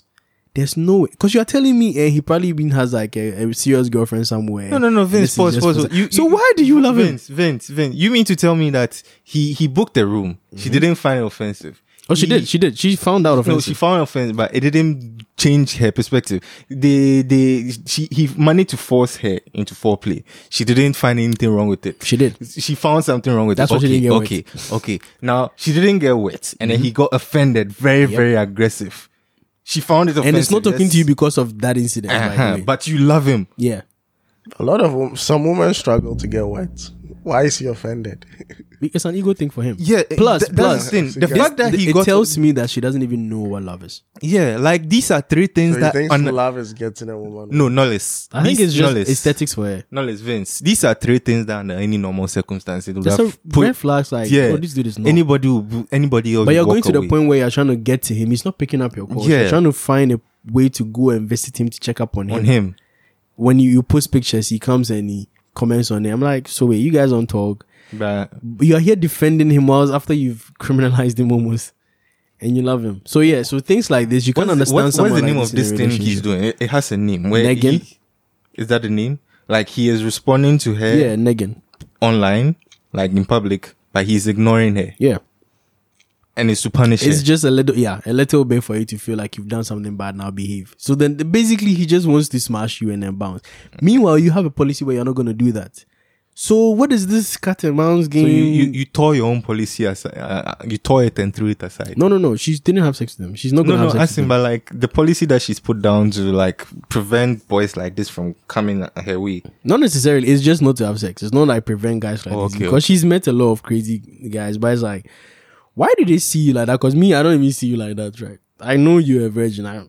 Speaker 4: There's no way, because you're telling me, and he probably been has like a, a serious girlfriend somewhere.
Speaker 5: No, no, no,
Speaker 4: and this
Speaker 5: Vince,
Speaker 4: is
Speaker 5: pause,
Speaker 4: just
Speaker 5: pause.
Speaker 4: present-
Speaker 5: You-
Speaker 4: so
Speaker 5: you-
Speaker 4: why do you love him?
Speaker 5: Vince, Vince, Vince. You mean to tell me that he he booked a room? She didn't find it offensive.
Speaker 4: Mm-hmm. Oh, she
Speaker 5: He-
Speaker 4: did, she did, she found out of
Speaker 5: No, she found it offensive, but it didn't change her perspective. They they she he managed to force her into foreplay. She didn't find anything wrong with it.
Speaker 4: She did.
Speaker 5: She found something wrong with
Speaker 4: That's
Speaker 5: it.
Speaker 4: why she
Speaker 5: okay,
Speaker 4: didn't get Mm-hmm.
Speaker 5: okay, okay. Now she didn't get wet, and then he got offended, very very aggressive. She found it offensive,
Speaker 4: and it's not talking to you
Speaker 5: That's-
Speaker 4: because of that incident. by the
Speaker 5: Uh-huh,
Speaker 4: way.
Speaker 5: but you love him.
Speaker 4: yeah,
Speaker 3: A lot of wom- some women struggle to get wet. Why is he offended? (laughs)
Speaker 4: it's an ego thing for him.
Speaker 5: Yeah, it-
Speaker 4: plus,
Speaker 5: th- that's
Speaker 4: plus,
Speaker 5: the thing. The
Speaker 3: It's-
Speaker 5: fact that he
Speaker 4: it
Speaker 5: got
Speaker 4: tells me that she doesn't even know what love is.
Speaker 5: yeah, like these are three things
Speaker 3: So he
Speaker 5: that
Speaker 3: thinks
Speaker 5: un-
Speaker 3: love is getting a woman.
Speaker 5: no knowledge.
Speaker 4: I think
Speaker 5: These
Speaker 4: it's just
Speaker 5: knowledge.
Speaker 4: aesthetics for her.
Speaker 5: Knowledge, Vince. These are three things that under any normal circumstances would
Speaker 4: There's
Speaker 5: have
Speaker 4: a red flags like,
Speaker 5: yeah,
Speaker 4: oh, this dude is not.
Speaker 5: anybody. Will, be- anybody else?
Speaker 4: but you're
Speaker 5: will
Speaker 4: going
Speaker 5: walk
Speaker 4: to the
Speaker 5: away.
Speaker 4: point where you're trying to get to him. He's not picking up your calls. You're
Speaker 5: Yeah.
Speaker 4: trying to find a way to go and visit him to check up on him.
Speaker 5: on him.
Speaker 4: When you, you post pictures, he comes and he comments on it. I'm like, so wait, you guys don't talk.
Speaker 5: But
Speaker 4: (laughs) But you're here defending him whilst after you've criminalized him almost. And you love him. So yeah, so things like this, you can't
Speaker 5: what's,
Speaker 4: understand
Speaker 5: what's,
Speaker 4: someone
Speaker 5: what's the
Speaker 4: like
Speaker 5: name of
Speaker 4: in a
Speaker 5: this thing he's
Speaker 4: relationship.
Speaker 5: doing? It, it has a name. Where
Speaker 4: Negging?
Speaker 5: he- is that the name? Like he is responding to her
Speaker 4: Yeah, negging.
Speaker 5: online, like in public, but he's ignoring her,
Speaker 4: Yeah.
Speaker 5: and it's to punish
Speaker 4: It's
Speaker 5: her.
Speaker 4: just a little, yeah, a little bit for you to feel like you've done something bad. Now behave. So then, basically, he just wants to smash you and then bounce. Meanwhile, you have a policy where you're not going to do that. So what is this cat and mouse game?
Speaker 5: so you, you you tore your own policy aside. Uh, you tore it and threw it aside.
Speaker 4: no, no, no. She didn't have sex with him. She's not going
Speaker 5: No,
Speaker 4: to
Speaker 5: no,
Speaker 4: have sex
Speaker 5: as
Speaker 4: with
Speaker 5: in,
Speaker 4: him.
Speaker 5: but like the policy that she's put down to like prevent boys like this from coming her way.
Speaker 4: Not necessarily. It's just not to have sex. It's not like prevent guys like
Speaker 5: Oh,
Speaker 4: this
Speaker 5: okay,
Speaker 4: because she's met a lot of crazy guys. But it's like, why do they see you like that? Because me, I don't even see you like that, right? I know you're a virgin, I,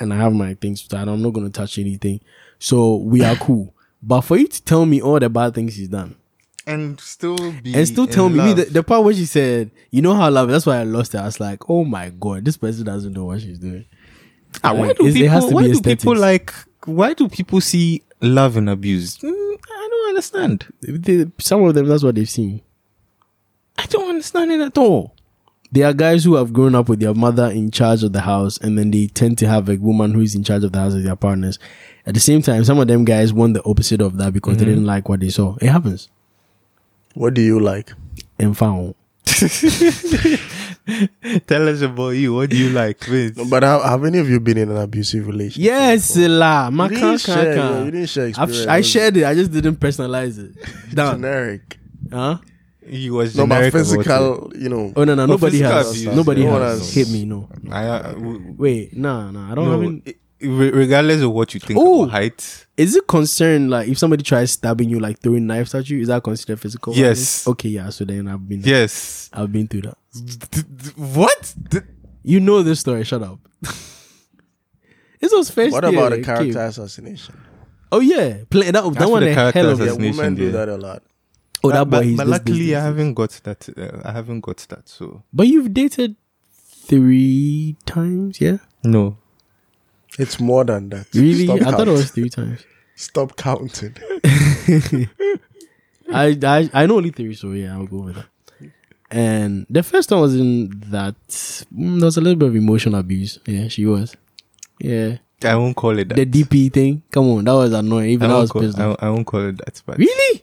Speaker 4: and I have my things to that. I'm not gonna touch anything. So we are cool. But for you to tell me all the bad things he's done
Speaker 5: And still be
Speaker 4: and still
Speaker 5: in
Speaker 4: tell me, me
Speaker 5: love.
Speaker 4: the, the part where she said, "You know how I love." it," That's why I lost it. I was like, "Oh my god, this person doesn't know what she's doing."
Speaker 5: Ah, why
Speaker 4: Like,
Speaker 5: do
Speaker 4: is- it has
Speaker 5: people?
Speaker 4: to
Speaker 5: Why
Speaker 4: be
Speaker 5: do people
Speaker 4: aesthetics.
Speaker 5: like? Why do people see love and abuse? Mm, I don't understand.
Speaker 4: They- they- some of them, that's what they've seen.
Speaker 5: I don't understand it at all.
Speaker 4: there are guys who have grown up with their mother in charge of the house and then they tend to have a woman who is in charge of the house as their partners at the same time some of them guys want the opposite of that because they didn't like what they saw it happens
Speaker 3: What do you like?
Speaker 4: and found
Speaker 5: (laughs) Tell us about you. What do you like, please?
Speaker 3: But have, have any of you been in an abusive relationship?
Speaker 4: yes la
Speaker 3: You didn't share, yeah, you didn't share experience.
Speaker 4: I
Speaker 3: was it?
Speaker 4: shared it I just didn't personalize (laughs) it done
Speaker 3: generic.
Speaker 4: huh
Speaker 5: He was
Speaker 3: No, but
Speaker 5: generic about it.
Speaker 3: physical, you know.
Speaker 4: oh no no nobody
Speaker 5: physical
Speaker 4: has
Speaker 5: abuse.
Speaker 4: nobody
Speaker 3: No one
Speaker 4: has
Speaker 3: has.
Speaker 4: hit me no
Speaker 5: I, uh, w-
Speaker 4: wait nah nah I don't
Speaker 5: no,
Speaker 4: have any-
Speaker 5: i- re- regardless of what you think
Speaker 4: Oh.
Speaker 5: about height,
Speaker 4: is it concerned like if somebody tries stabbing you like throwing knives at you is that considered physical
Speaker 5: Yes.
Speaker 4: violence? okay yeah so then I've been
Speaker 5: yes.
Speaker 4: I've been through that
Speaker 5: D- d- what? D-
Speaker 4: You know this story. Shut up. (laughs) this was first.
Speaker 3: What
Speaker 4: year,
Speaker 3: about a
Speaker 4: kid.
Speaker 3: character assassination?
Speaker 4: Oh yeah, play that. That
Speaker 5: for
Speaker 4: one
Speaker 5: the
Speaker 4: a
Speaker 5: character
Speaker 4: hell of
Speaker 3: Yeah,
Speaker 4: a.
Speaker 5: assassin- Assassination,
Speaker 3: women do
Speaker 5: yeah.
Speaker 3: that a lot.
Speaker 4: Oh, that boy.
Speaker 5: but
Speaker 4: He's
Speaker 5: but
Speaker 4: this,
Speaker 5: luckily,
Speaker 4: this, this,
Speaker 5: I
Speaker 4: this.
Speaker 5: haven't got that. Uh, I haven't got that. So
Speaker 4: But you've dated three times. Yeah,
Speaker 5: no,
Speaker 3: It's more than that.
Speaker 4: really?
Speaker 3: Stop
Speaker 4: I thought it
Speaker 3: count-
Speaker 4: was three times.
Speaker 3: Stop counting.
Speaker 4: I, I I know only three, so yeah, I'll go with that. And the first one was in that. Mm, there was a little bit of emotional abuse. Yeah, she was. Yeah,
Speaker 5: I won't call it that.
Speaker 4: the DP thing. Come on, that was annoying.
Speaker 5: I
Speaker 4: Even I,
Speaker 5: won't,
Speaker 4: was
Speaker 5: call,
Speaker 4: pissed
Speaker 5: I,
Speaker 4: off.
Speaker 5: won't- I won't call it that. But
Speaker 4: Really?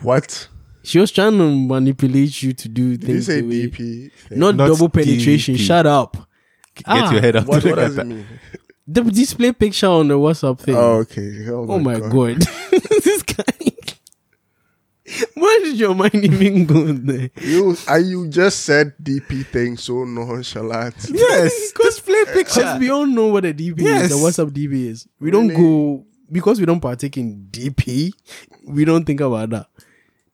Speaker 3: What?
Speaker 4: She was trying to manipulate you to do
Speaker 3: Did you
Speaker 4: things.
Speaker 3: say
Speaker 4: the way-
Speaker 3: DP? thing?
Speaker 4: not,
Speaker 5: Not E
Speaker 4: double penetration.
Speaker 5: DP.
Speaker 4: Shut up.
Speaker 5: get
Speaker 4: Ah,
Speaker 5: your head out
Speaker 3: What,
Speaker 5: of
Speaker 3: what
Speaker 5: the
Speaker 3: does
Speaker 5: gutter.
Speaker 3: it mean?
Speaker 4: The display picture on the WhatsApp thing.
Speaker 3: Oh,
Speaker 4: Oh,
Speaker 3: okay. Oh,
Speaker 4: my god, (laughs) this guy. Why did your mind even go there?
Speaker 3: You I, you just said DP thing so
Speaker 4: (laughs)
Speaker 3: nonchalant.
Speaker 5: (laughs) Yes, display
Speaker 4: Because we all know what a DP is.
Speaker 5: Yes.
Speaker 4: The WhatsApp DP is. We don't
Speaker 3: Really?
Speaker 4: go because we don't partake in DP. We don't think about that.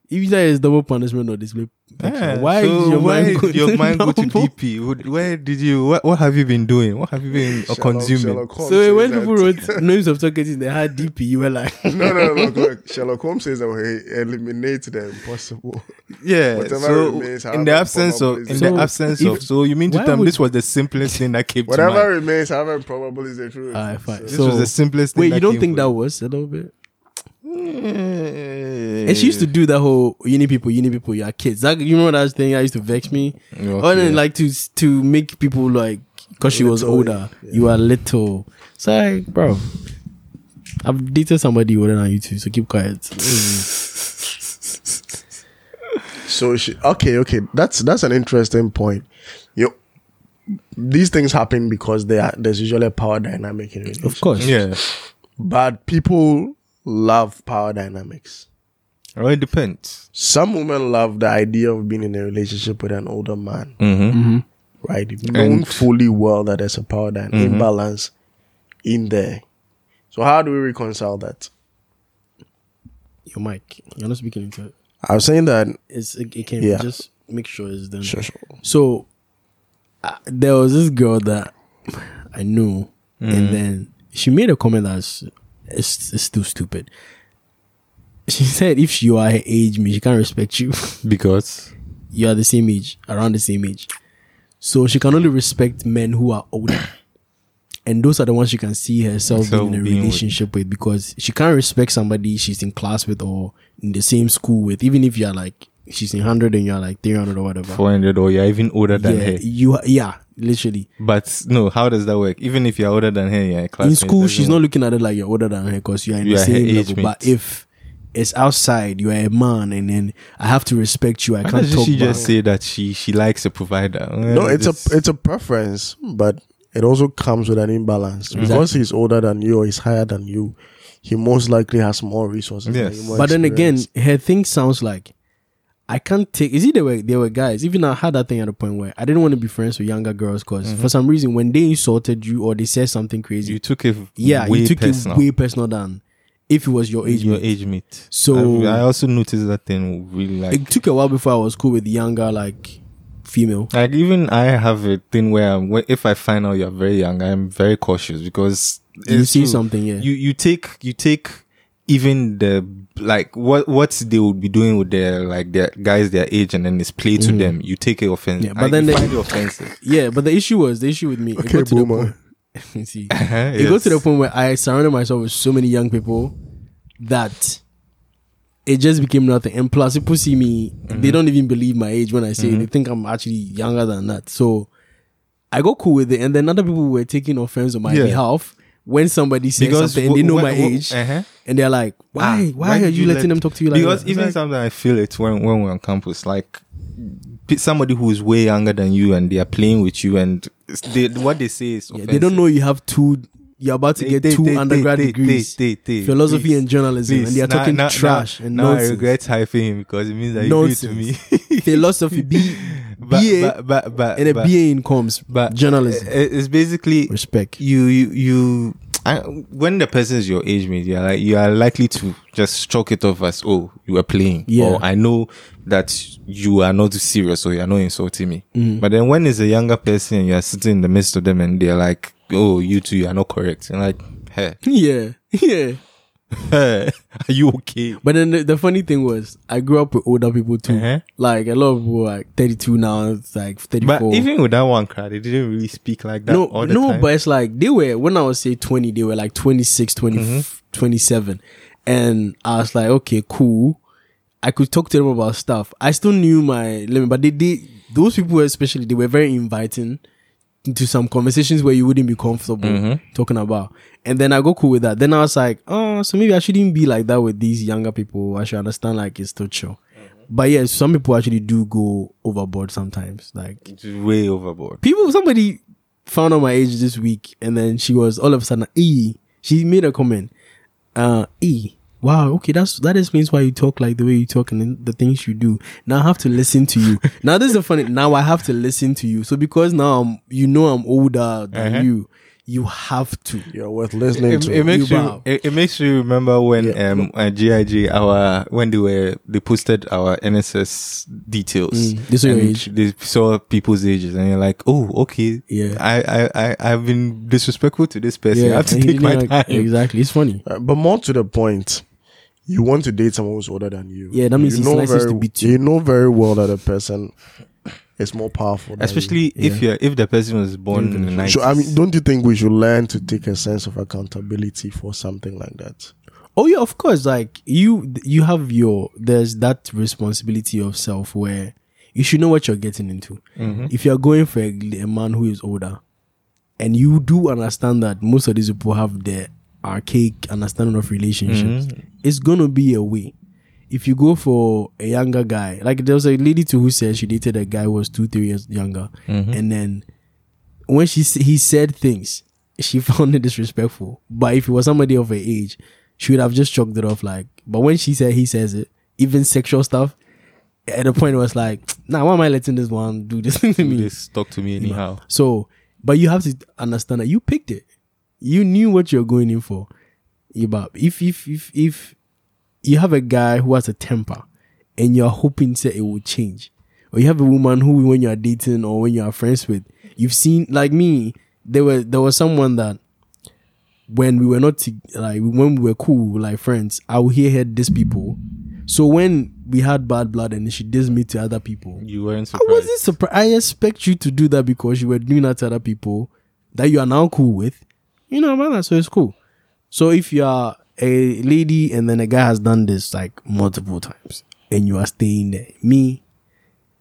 Speaker 4: If that is double punishment or display, picture,
Speaker 5: Yeah,
Speaker 4: why
Speaker 5: so
Speaker 4: did your
Speaker 5: why
Speaker 4: mind go,
Speaker 5: did your mind go to
Speaker 4: double?
Speaker 5: DP? Would- Where did you? What, what have you been doing? What have you been uh,
Speaker 3: Sherlock-
Speaker 5: consuming?
Speaker 3: Sherlock Holmes
Speaker 4: So
Speaker 3: says
Speaker 4: when
Speaker 3: that-
Speaker 4: people wrote names of targets in the hard DP, you were
Speaker 5: (laughs)
Speaker 3: (laughs)
Speaker 4: like,
Speaker 3: no, no, no, look, Sherlock Holmes says that we eliminate the
Speaker 4: (laughs)
Speaker 3: impossible.
Speaker 5: yeah.
Speaker 3: Whatever
Speaker 5: so
Speaker 3: remains,
Speaker 5: in
Speaker 3: however
Speaker 5: the absence of,
Speaker 3: probable
Speaker 5: in
Speaker 3: is
Speaker 4: the
Speaker 5: the absence
Speaker 4: truth.
Speaker 5: of, so you mean to
Speaker 4: Why
Speaker 5: tell me
Speaker 4: would-
Speaker 5: this was the simplest thing that came to
Speaker 3: Whatever
Speaker 5: mind?
Speaker 3: remains, however improbable is the truth.
Speaker 4: All right, fine.
Speaker 5: This
Speaker 4: So-
Speaker 5: was the simplest thing.
Speaker 4: wait,
Speaker 5: that
Speaker 4: you don't
Speaker 5: came
Speaker 4: think
Speaker 5: for
Speaker 4: that
Speaker 5: you.
Speaker 4: was a little bit? And she used to do that whole uni people, uni people, you are kids. That you remember that thing that used to vex me.
Speaker 5: Yeah,
Speaker 4: Or then
Speaker 5: yeah.
Speaker 4: like to to make people like because she was
Speaker 3: Little,
Speaker 4: older, you are little. It's like, bro, I've dated somebody older than you too, so keep quiet.
Speaker 3: So she, okay, okay, that's that's an interesting point. You, these things happen because they are, there's usually a power dynamic in it,
Speaker 4: of course,
Speaker 5: Yeah.
Speaker 3: but people love power dynamics.
Speaker 5: Well, it depends.
Speaker 3: Some women love the idea of being in a relationship with an older man,
Speaker 5: Mm-hmm.
Speaker 3: right? Knowing fully well that there's a power dynamic imbalance in there. So how do we reconcile that?
Speaker 4: Your mic, you're not speaking into it.
Speaker 3: I was saying that.
Speaker 4: It's it, it can
Speaker 3: Yeah.
Speaker 4: just make sure it's done.
Speaker 3: Sure, sure.
Speaker 4: So uh, there was this girl that I knew,
Speaker 5: Mm-hmm.
Speaker 4: and then she made a comment that's it's, it's still stupid. She (laughs) said, "If you are her age, me, she can't respect you. (laughs)
Speaker 5: Because
Speaker 4: you are the same age, around the same age, so she can only respect men who are older." (clears throat) And those are the ones she can see herself
Speaker 5: So
Speaker 4: being in a
Speaker 5: being with-
Speaker 4: relationship with. because she can't respect somebody she's in class with or in the same school with, even if you're like she's in hundred and you're like three hundred or whatever.
Speaker 5: four hundred or you're even older than
Speaker 4: yeah,
Speaker 5: her.
Speaker 4: you yeah, literally.
Speaker 5: But no, how does that work? Even if you're older than her, yeah,
Speaker 4: in school she's not looking at it like you're older than her because you're in the
Speaker 5: You are her
Speaker 4: same
Speaker 5: age
Speaker 4: level but
Speaker 5: mate.
Speaker 4: if it's outside. You are a man, and then I have to respect you. I
Speaker 5: Why
Speaker 4: can't
Speaker 5: doesn't
Speaker 4: talk
Speaker 5: she
Speaker 4: back.
Speaker 5: just say that she she likes a provider?
Speaker 3: No, it's a it's a preference, but it also comes with an imbalance because he's older than you or he's higher than you. He most likely has more resources. than
Speaker 5: Yes.
Speaker 3: you, more
Speaker 4: but then again,
Speaker 3: experience.
Speaker 4: her thing sounds like I can't take. Is it there were there were guys? Even I had that thing at a point where I didn't want to be friends with younger girls because for some reason when they insulted you or they said something crazy,
Speaker 5: Mm-hmm. you took it
Speaker 4: yeah,
Speaker 5: way
Speaker 4: you took
Speaker 5: personal.
Speaker 4: it way personal than if it was your age.
Speaker 5: your
Speaker 4: mate.
Speaker 5: age mate.
Speaker 4: So-
Speaker 5: I, I also noticed that thing really like
Speaker 4: It took a while before I was cool with younger like female.
Speaker 5: Like even I have a thing where I'm, where if I find out you're very young, I'm very cautious because
Speaker 4: You
Speaker 5: it's
Speaker 4: see
Speaker 5: true.
Speaker 4: something, yeah.
Speaker 5: You you take you take even the like what what they would be doing with their like their guys their age and then it's play to them. You take it offensive.
Speaker 4: Mm-hmm. Yeah, but then
Speaker 5: you
Speaker 4: they-
Speaker 5: find it offensive.
Speaker 4: yeah, but the issue was the issue with me.
Speaker 3: okay, boomer.
Speaker 4: (laughs) You see,
Speaker 5: Uh-huh,
Speaker 4: it goes to the
Speaker 5: (laughs) yes.
Speaker 4: point where I surrounded myself with so many young people that it just became nothing. And plus, people see me;
Speaker 5: Mm-hmm.
Speaker 4: they don't even believe my age when I say it. they think I'm actually younger than that. So I got cool with it, and then other people were taking offense on my
Speaker 5: Yeah.
Speaker 4: behalf when somebody says
Speaker 5: Because
Speaker 4: something and they
Speaker 5: wh-
Speaker 4: know
Speaker 5: wh-
Speaker 4: my
Speaker 5: wh-
Speaker 4: age,
Speaker 5: uh-huh.
Speaker 4: and they're like, "Why?
Speaker 5: Ah,
Speaker 4: why, are
Speaker 5: did
Speaker 4: you letting
Speaker 5: let-
Speaker 4: them talk to you like
Speaker 5: because
Speaker 4: that?"
Speaker 5: even
Speaker 4: It's like,
Speaker 5: sometimes I feel it when when we're on campus, like p- somebody who is way younger than you and they are playing with you and it's- they, what they say is
Speaker 4: yeah, they don't know you have two. You're about to
Speaker 5: They-
Speaker 4: get
Speaker 5: they-
Speaker 4: two
Speaker 5: they-
Speaker 4: undergrad
Speaker 5: they- they-
Speaker 4: degrees,
Speaker 5: they- they-
Speaker 4: philosophy
Speaker 5: please,
Speaker 4: and journalism, and they are
Speaker 5: Now-
Speaker 4: talking
Speaker 5: now-
Speaker 4: trash
Speaker 5: now,
Speaker 4: and
Speaker 5: now I
Speaker 4: nonsense.
Speaker 5: regret hyping him because it means that you did it to me.
Speaker 4: Nonsense. philosophy, B,
Speaker 5: (laughs) but,
Speaker 4: BA,
Speaker 5: but, but, but,
Speaker 4: and a
Speaker 5: but,
Speaker 4: BA in comms,
Speaker 5: but eh,
Speaker 4: journalism.
Speaker 5: i- i- It's basically
Speaker 4: Respect.
Speaker 5: you you you. I, when the person is your age, mate, you are like you are likely to just chalk it off as oh you were playing,
Speaker 4: Yeah.
Speaker 5: or I know that you are not serious, or you are not insulting me.
Speaker 4: Mm.
Speaker 5: But then when it's a younger person, and you are sitting in the midst of them, and they are like, oh you two, you are not correct, and like, hey,
Speaker 4: (laughs)
Speaker 5: (laughs)
Speaker 4: Yeah, yeah.
Speaker 5: hey are you okay?
Speaker 4: But then the, the funny thing was, I grew up with older people too.
Speaker 5: Uh-huh.
Speaker 4: Like a lot of people, are like thirty-two now, it's like thirty-four.
Speaker 5: But even with that one crowd, they didn't really speak like that.
Speaker 4: no,
Speaker 5: all the
Speaker 4: no,
Speaker 5: time.
Speaker 4: but it's like they were when I was say twenty, they were like 26, 20,
Speaker 5: Mm-hmm.
Speaker 4: 27. and I was like, okay, cool. I could talk to them about stuff. I still knew my limit, but they, they those people were especially they were very inviting into some conversations where you wouldn't be comfortable
Speaker 5: Mm-hmm.
Speaker 4: talking about. And then I got cool with that. Then I was like, oh, so maybe I shouldn't be like that with these younger people. I should understand like it's still chill.
Speaker 5: Mm-hmm.
Speaker 4: But yeah, some people actually do go overboard sometimes. Like
Speaker 5: It's way overboard.
Speaker 4: people somebody found out my age this week and then she was all of a sudden e she made a comment uh e wow okay that's that explains why you talk like the way you talk and then the things you do now i have to listen to
Speaker 5: (laughs)
Speaker 4: you now this is the funny now i have to listen to you so because now i'm you know i'm older than
Speaker 5: Uh-huh.
Speaker 4: you you have to
Speaker 3: You're worth listening
Speaker 5: It,
Speaker 3: to.
Speaker 5: it makes
Speaker 4: you
Speaker 5: you.
Speaker 4: bow.
Speaker 5: It, it makes you remember when um uh, GIG our when they were they posted our NSS details.
Speaker 4: Mm, they saw your
Speaker 5: and
Speaker 4: age.
Speaker 5: They saw people's ages, and you're like, oh, okay.
Speaker 4: Yeah.
Speaker 5: I I I I've been disrespectful to this person. I have to
Speaker 4: and he
Speaker 5: take my
Speaker 4: didn't
Speaker 5: time.
Speaker 4: like- exactly it's funny
Speaker 3: Uh, but more to the point, you want to date someone who's older than you.
Speaker 4: Yeah, that means
Speaker 3: you
Speaker 4: it's licensed
Speaker 3: very,
Speaker 4: to beat you.
Speaker 3: You know very well that a person is more powerful. Than
Speaker 5: Especially if you're if the person was born in the
Speaker 3: you.
Speaker 5: nineties.
Speaker 3: So I mean, don't you think we should learn to take a sense of accountability for something like that?
Speaker 4: Oh yeah, of course. Like you, you have your there's that responsibility of self where you should know what you're getting into. If you're going for a, a man who is older, and you do understand that most of these people have their archaic understanding of relationships, it's gonna be a way. If you go for a younger guy, like there was a lady too who said she dated a guy who was two, three years younger, and then when she s- he said things, she (laughs) found it disrespectful. But if it was somebody of her age, she would have just chalked it off. Like, but when she said he says it, even sexual stuff, at a point it was like, nah, why am I letting this one do this (laughs) thing to me?
Speaker 5: This talk to me anyhow.
Speaker 4: So, but you have to understand that you picked it. You knew what you're going in for. Yeah, but if if if if you have a guy who has a temper and you're hoping that it will change, or you have a woman who, when you are dating or when you are friends with, you've seen like me. There were there was someone that when we were not to, like when we were cool like friends, I would hear her diss people. So when we had bad blood and she dissed me to other people,
Speaker 5: You weren't
Speaker 4: I
Speaker 5: surprised.
Speaker 4: wasn't surprised. I expect you to do that because you were doing that to other people that you are now cool with. You know about that, so it's cool. So if you are a lady and then a guy has done this like multiple times and you are staying there, me,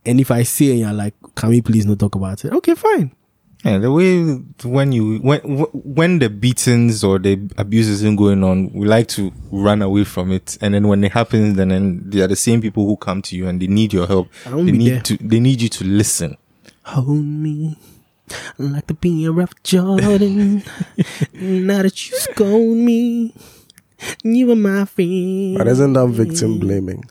Speaker 4: and if I say and you're like, can we please not talk about it? Okay, fine.
Speaker 5: Yeah, the way when you when when the beatings or the abuse isn't going on, we like to run away from it, and then when it happens, then, then they are the same people who come to you and they need your help.
Speaker 4: I won't
Speaker 5: They
Speaker 4: be
Speaker 5: need
Speaker 4: there.
Speaker 5: to they need you to listen.
Speaker 4: Hold me like the beer of (laughs) Jordan. now that you scold me, you are my friend.
Speaker 3: But isn't that victim blaming?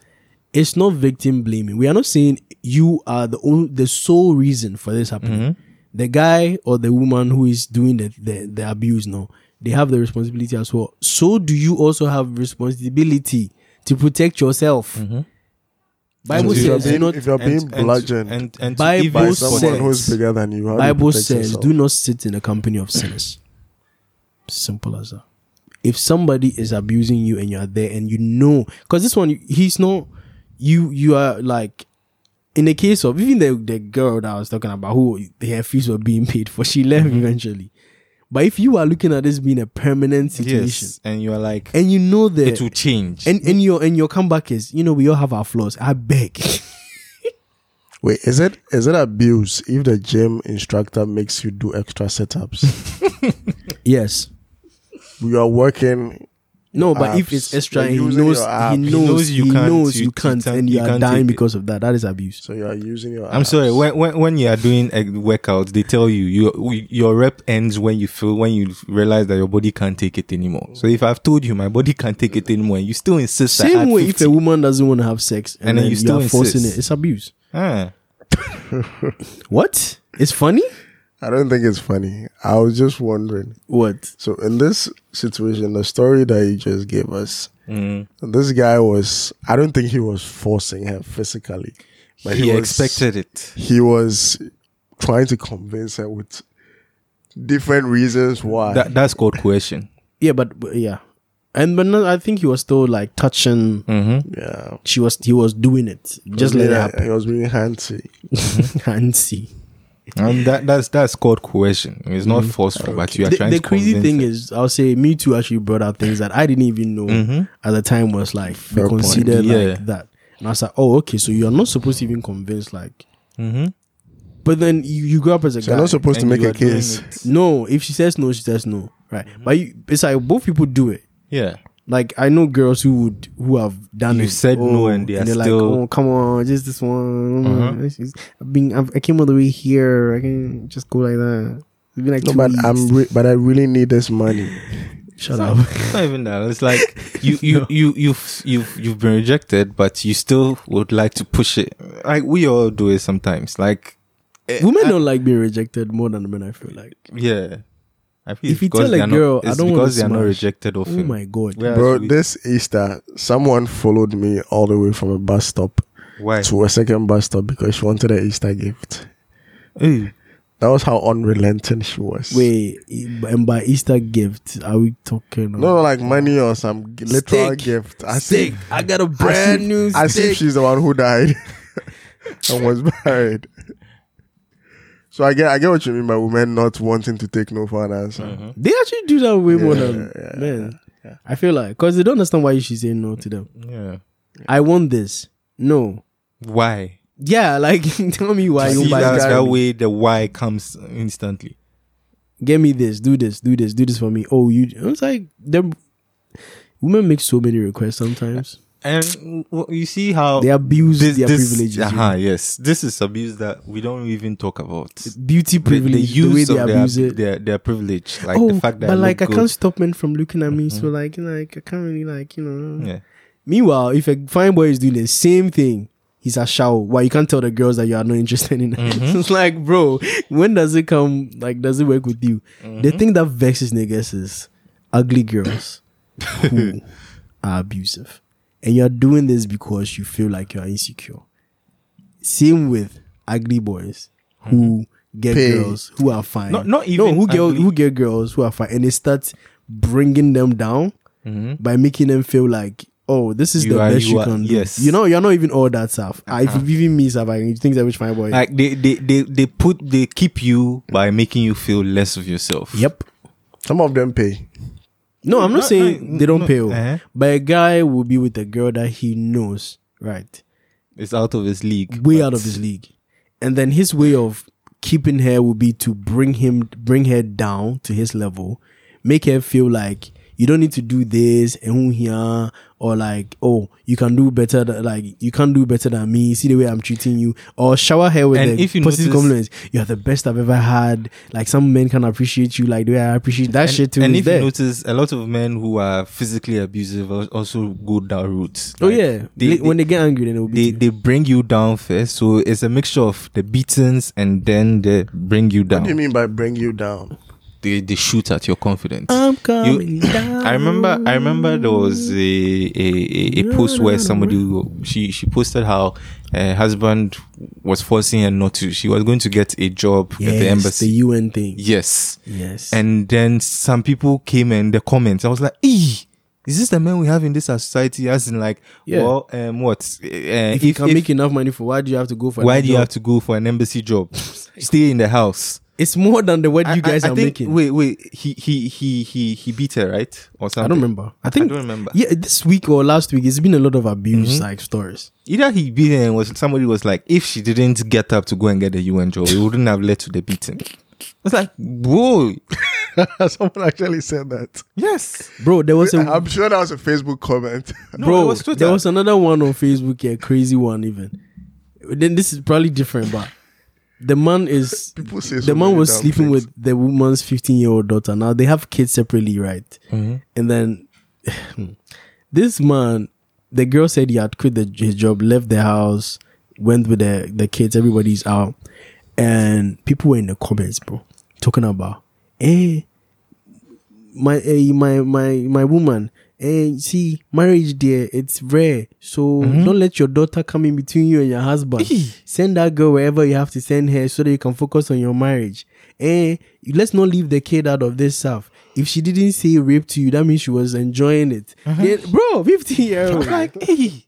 Speaker 4: it's not victim blaming. We are not saying you are the only, the sole reason for this happening. The guy or the woman who is doing the, the the abuse now, they have the responsibility as well. So do you also have responsibility to protect yourself? Bible
Speaker 3: if, you're
Speaker 4: says, do
Speaker 3: being,
Speaker 4: not.
Speaker 3: if you're being
Speaker 5: And- and-
Speaker 3: bludgeoned
Speaker 5: and, and, to
Speaker 4: Bible
Speaker 5: even
Speaker 3: by
Speaker 4: Bible
Speaker 3: someone
Speaker 4: says-
Speaker 3: who's bigger than you, how do you
Speaker 4: Bible
Speaker 3: protect
Speaker 4: says,
Speaker 3: yourself?
Speaker 4: "Do not sit in the company of sinners." Simple as that. If somebody is abusing you and you are there and you know, because this one he's not you. You are like in the case of even the the girl that I was talking about, who her fees were being paid for, she left
Speaker 3: Mm-hmm.
Speaker 4: eventually. But if you are looking at this being a permanent situation,
Speaker 5: yes, and you are like
Speaker 4: and you know that
Speaker 5: it will change.
Speaker 4: and and your and your comeback is, you know, we all have our flaws. I beg.
Speaker 3: Wait, is it is it abuse if the gym instructor makes you do extra
Speaker 4: (laughs)
Speaker 3: setups?
Speaker 4: yes.
Speaker 3: you are working
Speaker 4: No, but if
Speaker 3: apps.
Speaker 4: it's extra,
Speaker 3: You're
Speaker 4: he knows,
Speaker 3: using
Speaker 4: he knows,
Speaker 3: your app.
Speaker 4: he
Speaker 3: He
Speaker 4: knows,
Speaker 5: knows you
Speaker 4: you
Speaker 5: can't,
Speaker 4: knows
Speaker 5: you-
Speaker 4: you
Speaker 5: you
Speaker 4: can't,
Speaker 5: can't-
Speaker 4: and
Speaker 5: you
Speaker 4: you are
Speaker 5: can't
Speaker 4: dying
Speaker 5: take it.
Speaker 4: because of that. That is abuse.
Speaker 3: so you are using your
Speaker 5: I'm
Speaker 3: apps.
Speaker 5: sorry. When, when when you are doing a workout, they tell you your your rep ends when you feel when you realize that your body can't take it anymore. So if I've told you my body can't take it anymore, and you still insist. I
Speaker 4: Same
Speaker 5: add
Speaker 4: way,
Speaker 5: 50,
Speaker 4: if a woman doesn't want to have sex and, then, you,
Speaker 5: still
Speaker 4: are forcing
Speaker 5: insist.
Speaker 4: it, it's abuse.
Speaker 5: Ah.
Speaker 4: What? It's funny.
Speaker 3: I don't think it's funny. I was just wondering.
Speaker 4: What?
Speaker 3: So in this situation, the story that you just gave us,
Speaker 5: Mm.
Speaker 3: this guy was I don't think he was forcing her physically. But
Speaker 5: he,
Speaker 3: was-
Speaker 5: expected it.
Speaker 3: he was trying to convince her with different reasons
Speaker 4: Ah,
Speaker 3: why.
Speaker 5: That, that's
Speaker 4: (laughs)
Speaker 5: called coercion.
Speaker 4: Yeah, but but yeah, and but no, I think he was still like touching.
Speaker 5: Mm-hmm.
Speaker 3: yeah.
Speaker 4: She was. He was doing it. Just let it
Speaker 3: Yeah,
Speaker 4: happen. (laughs)
Speaker 3: He was being handsy.
Speaker 4: and see.
Speaker 5: And that that's that's called coercion. It's not forceful, but you
Speaker 4: Mm-hmm.
Speaker 5: are
Speaker 4: The,
Speaker 5: trying
Speaker 4: the
Speaker 5: to
Speaker 4: crazy
Speaker 5: convince
Speaker 4: thing
Speaker 5: her.
Speaker 4: is, I'll say, Me Too actually brought out things that I didn't even know at the time was like be
Speaker 3: point.
Speaker 4: considered
Speaker 5: Mm-hmm. Yeah.
Speaker 4: like that. And I was like, oh, okay, so you're not supposed to even convince, like.
Speaker 5: Mhm.
Speaker 4: But then you, you grow up as a
Speaker 3: So
Speaker 4: guy.
Speaker 3: you're not supposed
Speaker 5: And
Speaker 3: to make
Speaker 5: you
Speaker 3: a
Speaker 5: are doing
Speaker 3: case.
Speaker 5: it.
Speaker 4: no, if she says no, she says no, right?
Speaker 5: Mm-hmm.
Speaker 4: But you, it's like both people do it.
Speaker 5: Yeah.
Speaker 4: Like I know girls who would who have done
Speaker 5: You
Speaker 4: it.
Speaker 5: said no and they are
Speaker 4: they're
Speaker 5: still- Mm-hmm.
Speaker 4: like, oh come on, just this one. I've been I've, I came all the way here. I can just go like that. It's been like
Speaker 3: No,
Speaker 4: two
Speaker 3: but um,
Speaker 4: weeks.
Speaker 3: I'm re- but I really need this money.
Speaker 4: shut (laughs) up.
Speaker 5: It's (laughs) not even that. It's like you you you you've you've you've been rejected, but you still would like to push it. Like we all do it sometimes. Like eh,
Speaker 4: Women
Speaker 5: I-
Speaker 4: don't like being rejected more than men. I feel like.
Speaker 5: Yeah. I feel
Speaker 4: If
Speaker 5: it's
Speaker 4: you
Speaker 5: because
Speaker 4: tell
Speaker 5: they
Speaker 4: a
Speaker 5: are not-
Speaker 4: girl, I
Speaker 5: it's
Speaker 4: don't wanna
Speaker 5: because they are not
Speaker 4: smash.
Speaker 5: rejected often.
Speaker 4: Oh my god.
Speaker 5: Whereas
Speaker 3: Bro,
Speaker 5: we-
Speaker 3: this Easter, someone followed me all the way from a bus stop
Speaker 5: why?
Speaker 3: to a second bus stop because she wanted an Easter gift.
Speaker 5: Hey,
Speaker 3: That was how unrelenting she was.
Speaker 4: Wait, and by Easter gift, are we talking?
Speaker 3: No, no, like money or some g- literal
Speaker 4: Steak.
Speaker 3: gift. I
Speaker 4: steak.
Speaker 3: think
Speaker 4: I got a
Speaker 3: I
Speaker 4: brand
Speaker 3: see,
Speaker 4: new
Speaker 3: I see
Speaker 4: steak.
Speaker 3: she's the one who died (laughs) and was buried. So I get, I get what you mean by women not wanting to take no for an answer.
Speaker 4: They actually do that way more than
Speaker 3: Yeah, yeah,
Speaker 4: men. I feel like because they don't understand why you should say no to them.
Speaker 5: yeah.
Speaker 4: I want this. No.
Speaker 5: Why?
Speaker 4: Yeah, (laughs) like tell me why
Speaker 5: See,
Speaker 4: you buy
Speaker 5: that's
Speaker 4: this.
Speaker 5: that way the why comes instantly.
Speaker 4: Get me this. Do this. Do this. Do this for me. Oh, you. It's like them. Women make so many requests sometimes.
Speaker 5: And w- w- you see
Speaker 3: Oh,
Speaker 5: how
Speaker 4: They abuse
Speaker 5: this,
Speaker 4: their
Speaker 5: this,
Speaker 4: privileges. you know.
Speaker 5: Uh-huh, yes, this is abuse that we don't even talk about. The,
Speaker 4: Beauty
Speaker 5: the
Speaker 4: privilege. The, way
Speaker 5: use
Speaker 4: they
Speaker 5: of their,
Speaker 4: abuse it. Oh,
Speaker 5: their their privilege, like the fact that
Speaker 4: but
Speaker 5: I
Speaker 4: like I
Speaker 5: look Mm-hmm.
Speaker 4: can't stop men from looking at me. So like, you know, like I can't really like you know.
Speaker 5: good. Yeah.
Speaker 4: Meanwhile, if a fine boy is doing the same thing, he's a show. Why you can't tell the girls that you are not interested in? (laughs)
Speaker 5: Mm-hmm.
Speaker 4: it's like, bro, when does it come? Like, does it work with you? The
Speaker 5: Mm-hmm.
Speaker 4: thing that vexes niggas is ugly
Speaker 5: (laughs)
Speaker 4: girls who are abusive, and you're doing this because you feel like you're insecure. Same with ugly boys who get
Speaker 3: Pay.
Speaker 4: girls who are fine.
Speaker 5: Mm-hmm. Not- not
Speaker 4: no,
Speaker 5: even
Speaker 4: who get
Speaker 5: ugly.
Speaker 4: who get girls who are fine, and they start bringing them down Mm-hmm. by making them feel like, oh, this is
Speaker 5: You
Speaker 4: the
Speaker 5: are-
Speaker 4: best
Speaker 5: you
Speaker 4: you,
Speaker 5: are-
Speaker 4: can do.
Speaker 5: yes. Uh-huh.
Speaker 4: You know, you're not even all that stuff. Ah, if you even me stuff, I you think that which my boy.
Speaker 5: Like they, they they they put they keep you by making you feel less of yourself.
Speaker 4: yep.
Speaker 3: Some of them pay.
Speaker 4: No, I'm not
Speaker 5: No,
Speaker 4: saying
Speaker 5: no,
Speaker 4: they don't
Speaker 5: no,
Speaker 4: pay. oh.
Speaker 5: uh-huh.
Speaker 4: But a guy will be with a girl that he knows, right?
Speaker 5: It's out of his league.
Speaker 4: Way
Speaker 5: but-
Speaker 4: out of his league. And then his way of keeping her would be to bring him bring her down to his level, make her feel like you don't need to do this and who here or like oh you can do better tha- like you can do better than me see the way i'm treating you or shower her with
Speaker 5: And
Speaker 4: the
Speaker 5: if you
Speaker 4: positive
Speaker 5: notice-
Speaker 4: compliments you're the best i've ever had like some men can appreciate you like the way i appreciate that shit too
Speaker 5: and
Speaker 4: is
Speaker 5: if
Speaker 4: there.
Speaker 5: you notice, a lot of men who are physically abusive al- also go down route.
Speaker 4: oh
Speaker 5: Like,
Speaker 4: yeah
Speaker 5: they,
Speaker 4: when
Speaker 5: they,
Speaker 4: they get angry then they'll be
Speaker 5: they they bring you down first. So it's a mixture of the beatings and then they bring you down.
Speaker 3: What do you mean by bring you down?
Speaker 4: (laughs)
Speaker 5: They they shoot at your confidence.
Speaker 4: i'm coming down
Speaker 5: (laughs) (clears throat) I remember I remember there was a a, a, a post where somebody who- she she posted how her husband was forcing her not to. She was going to get a job at
Speaker 4: yes,
Speaker 5: the embassy.
Speaker 4: un thing
Speaker 5: yes.
Speaker 4: yes
Speaker 5: And then some people came in the comments. I was like, "Ee, is this the man we have in this our society?" As in, like,
Speaker 4: Yeah.
Speaker 5: well, um, what? Uh,
Speaker 4: if you can make enough money for why do you have to go for
Speaker 5: why
Speaker 4: that
Speaker 5: do you
Speaker 4: job?
Speaker 5: have to go for an embassy
Speaker 4: (laughs)
Speaker 5: job? Stay in the house.
Speaker 4: it's more than the word you guys
Speaker 5: I, I
Speaker 4: are
Speaker 5: think,
Speaker 4: making
Speaker 5: Wait, wait. He he he he he beat her, right? Or something.
Speaker 4: I don't remember. I think
Speaker 5: don't remember. Mm-hmm.
Speaker 4: Yeah, this week or last week, it's been a lot of abuse like stories.
Speaker 5: Either he beat her and was somebody was like, if she didn't get up to go and get the UN job, it wouldn't have led to the beating. I was like, whoa,
Speaker 3: Someone actually said that.
Speaker 5: yes,
Speaker 4: Bro, there was a
Speaker 3: I'm sure that was a Facebook comment. (laughs)
Speaker 4: bro.
Speaker 5: it was Twitter.
Speaker 4: there was another one on Facebook, a crazy one even. Then this is probably different, but the man
Speaker 5: (laughs)
Speaker 4: is
Speaker 3: People say so
Speaker 4: the man
Speaker 3: many
Speaker 4: was
Speaker 3: damn
Speaker 4: sleeping
Speaker 3: things.
Speaker 4: with the woman's 15 year old daughter. Now they have kids separately, right? And then (sighs) this man, the girl said he had quit the, his job, left the house, went with the, the kids, everybody's out. And people were in the comments, bro, talking about, eh, my eh, my my my woman eh, see marriage there it's rare so
Speaker 5: Mm-hmm.
Speaker 4: don't let your daughter come in between you and your husband send that girl wherever you have to send her so that you can focus on your marriage eh let's not leave the kid out of this stuff if she didn't say rape to you that means she was enjoying it Yeah, bro 15 year old
Speaker 5: Mm-hmm. (laughs) like, hey,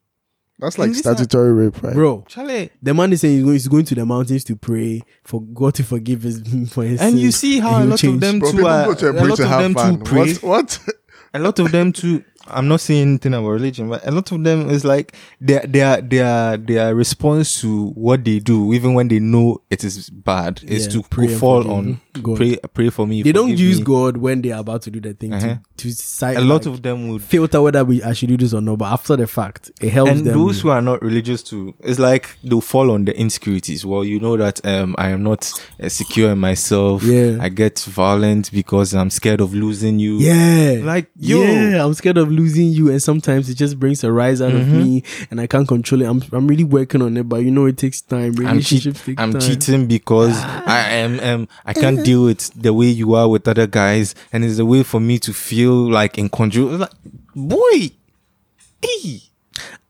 Speaker 3: That's like
Speaker 5: Is this
Speaker 3: statutory rape, right?
Speaker 4: bro
Speaker 5: Charlie.
Speaker 4: the man is saying he's going, he's going to the mountains to pray for God to forgive his (laughs) for his
Speaker 5: And you
Speaker 4: sins,
Speaker 5: see
Speaker 4: and
Speaker 5: how a
Speaker 4: he'll
Speaker 5: lot
Speaker 4: change.
Speaker 5: of them
Speaker 3: Bro,
Speaker 5: too
Speaker 3: people
Speaker 5: are,
Speaker 3: go to
Speaker 4: uh,
Speaker 5: a
Speaker 3: a place
Speaker 5: lot
Speaker 3: to
Speaker 5: of
Speaker 3: have
Speaker 5: them
Speaker 3: fun.
Speaker 5: too pray.
Speaker 3: What?
Speaker 4: (laughs)
Speaker 3: what?
Speaker 5: A lot of them too. I'm not saying anything about religion, but a lot of them is like their their their their response to what they do, even when they know it is bad, is
Speaker 4: Yeah,
Speaker 5: to
Speaker 4: pray and
Speaker 5: fall
Speaker 4: forgive.
Speaker 5: on
Speaker 4: God.
Speaker 5: pray pray for me.
Speaker 4: they don't
Speaker 5: forgive
Speaker 4: use
Speaker 5: me.
Speaker 4: God when they are about to do the thing
Speaker 5: Uh-huh.
Speaker 4: to, to cite
Speaker 5: A lot
Speaker 4: like,
Speaker 5: of them would
Speaker 4: filter whether we I should do this or not. But after the fact, it helps
Speaker 5: and
Speaker 4: them.
Speaker 5: those who are not religious too it's like they'll fall on the insecurities well you know that um i am not uh, secure in myself
Speaker 4: Yeah.
Speaker 5: i get violent because i'm scared of losing you
Speaker 4: yeah,
Speaker 5: Like, yo.
Speaker 4: yeah, I'm scared of losing you, and sometimes it just brings a rise out
Speaker 5: Mm-hmm.
Speaker 4: of me, and I can't control it. I'm, I'm really working on it, but you know it takes time.
Speaker 5: I'm, cheat-
Speaker 4: Relationships take
Speaker 5: I'm
Speaker 4: time.
Speaker 5: cheating because I am um, I (laughs) can't deal with the way you are with other guys, and it's a way for me to feel like in control. Like, boy, hey.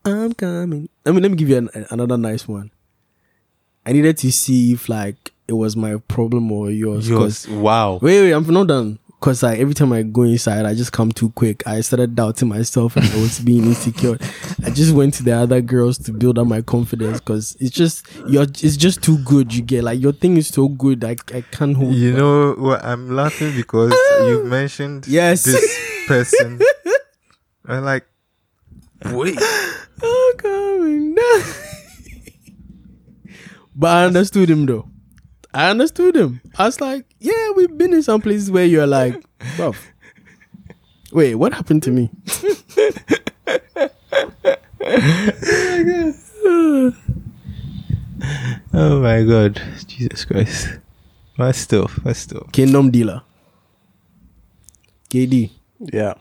Speaker 4: I'm coming. I mean, let me give you an, an- another nice one. I needed to see if like it was my problem or yours. 'cause
Speaker 5: yours, wow.
Speaker 4: Wait, wait, I'm not done. Cause like every time I go inside, I just come too quick. I started doubting myself and I was being insecure. I just went to the other girls to build up my confidence. Cause it's just you're, it's just too good. You get like your thing is so good. I I can't hold.
Speaker 5: You know, well, I'm laughing (laughs) because you mentioned
Speaker 4: Yes.
Speaker 5: this (laughs) person. I'm like, wait,
Speaker 4: (laughs) Oh, coming down. (laughs) but I understood him though. I understood him. I was like, yeah, we've been in some places where you're like, bro, wait, what happened to me?
Speaker 5: oh my god, Jesus Christ, my stuff, my stuff.
Speaker 4: Kingdom dealer. KD.
Speaker 3: Yeah.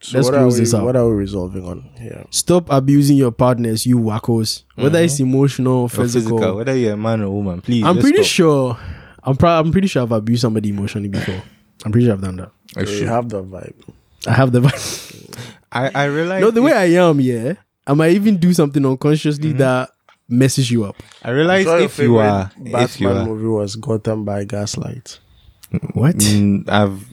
Speaker 3: So
Speaker 4: Let's
Speaker 3: what are,
Speaker 4: close
Speaker 3: we,
Speaker 4: this up.
Speaker 3: what are we resolving on here?
Speaker 4: Stop abusing your partners, you wackos. Whether it's emotional,
Speaker 5: Mm-hmm. Or
Speaker 4: physical.
Speaker 5: physical, whether you're a man or woman, please.
Speaker 4: I'm
Speaker 5: just
Speaker 4: pretty
Speaker 5: stop.
Speaker 4: sure. I'm pro- I'm pretty sure I've abused somebody emotionally before. I'm pretty sure I've done that.
Speaker 5: I
Speaker 3: You
Speaker 5: should.
Speaker 3: have that vibe.
Speaker 4: I have the vibe.
Speaker 5: I, I realize
Speaker 4: no, the way I am, yeah. I might even do something unconsciously
Speaker 5: Mm-hmm.
Speaker 4: that messes you up.
Speaker 5: I realize
Speaker 3: So your
Speaker 5: if you
Speaker 3: favorite
Speaker 5: are if you
Speaker 3: Batman
Speaker 5: are,
Speaker 3: movie was Gotham by Gaslight.
Speaker 4: What?
Speaker 5: Mm, I've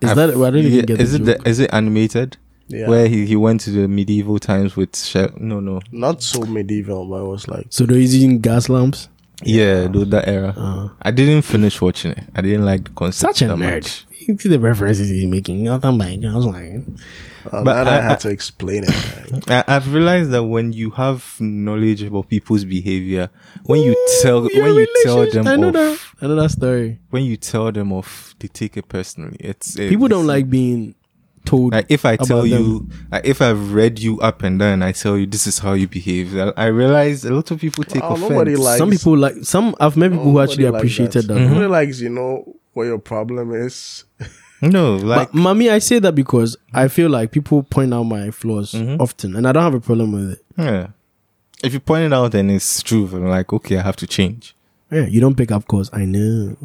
Speaker 4: Is
Speaker 5: I've-
Speaker 4: that- I don't even
Speaker 5: yeah,
Speaker 4: get the
Speaker 5: is it
Speaker 4: joke.
Speaker 5: the, is it animated
Speaker 3: Yeah.
Speaker 5: where he, he went to the medieval times with Shell? No, no,
Speaker 3: Not so medieval, but it was like
Speaker 4: So they're using gas lamps.
Speaker 5: yeah, tho- that era. I didn't finish watching it. I didn't like the concept.
Speaker 4: Uh-huh. Such a
Speaker 5: that
Speaker 4: nerd.
Speaker 5: much.
Speaker 4: You see the references he's making. Nothing like I was like,
Speaker 3: Oh,
Speaker 5: But
Speaker 3: but I,
Speaker 5: I-
Speaker 3: had to explain it. man.
Speaker 5: I, I've realized that when you have knowledge about people's behavior, when you tell
Speaker 4: Ooh, your
Speaker 5: when you tell
Speaker 4: relationship-
Speaker 5: them
Speaker 4: I know that.
Speaker 5: off,
Speaker 4: I know that story.
Speaker 5: when you tell them off, they take it personally. It's it-
Speaker 4: People don't
Speaker 5: it's-
Speaker 4: like being told.
Speaker 5: Like if I tell
Speaker 4: about
Speaker 5: you, like if I've read you up and down, I tell you this is how you behave. I, I realize a lot of people take
Speaker 3: Oh,
Speaker 5: offense.
Speaker 3: nobody likes
Speaker 4: some people like some. I've met (laughs) people who
Speaker 3: nobody
Speaker 4: actually
Speaker 3: likes
Speaker 4: appreciated that.
Speaker 5: Mm-hmm.
Speaker 4: Mm-hmm.
Speaker 3: Nobody likes you know what your problem is.
Speaker 5: no, like
Speaker 4: but mommy, I say that because I feel like people point out my flaws
Speaker 5: Mm-hmm.
Speaker 4: often, and I don't have a problem with it.
Speaker 5: yeah. If you point it out, then it's true. I'm like, okay, I have to change.
Speaker 4: Yeah, you don't pick up calls. I know.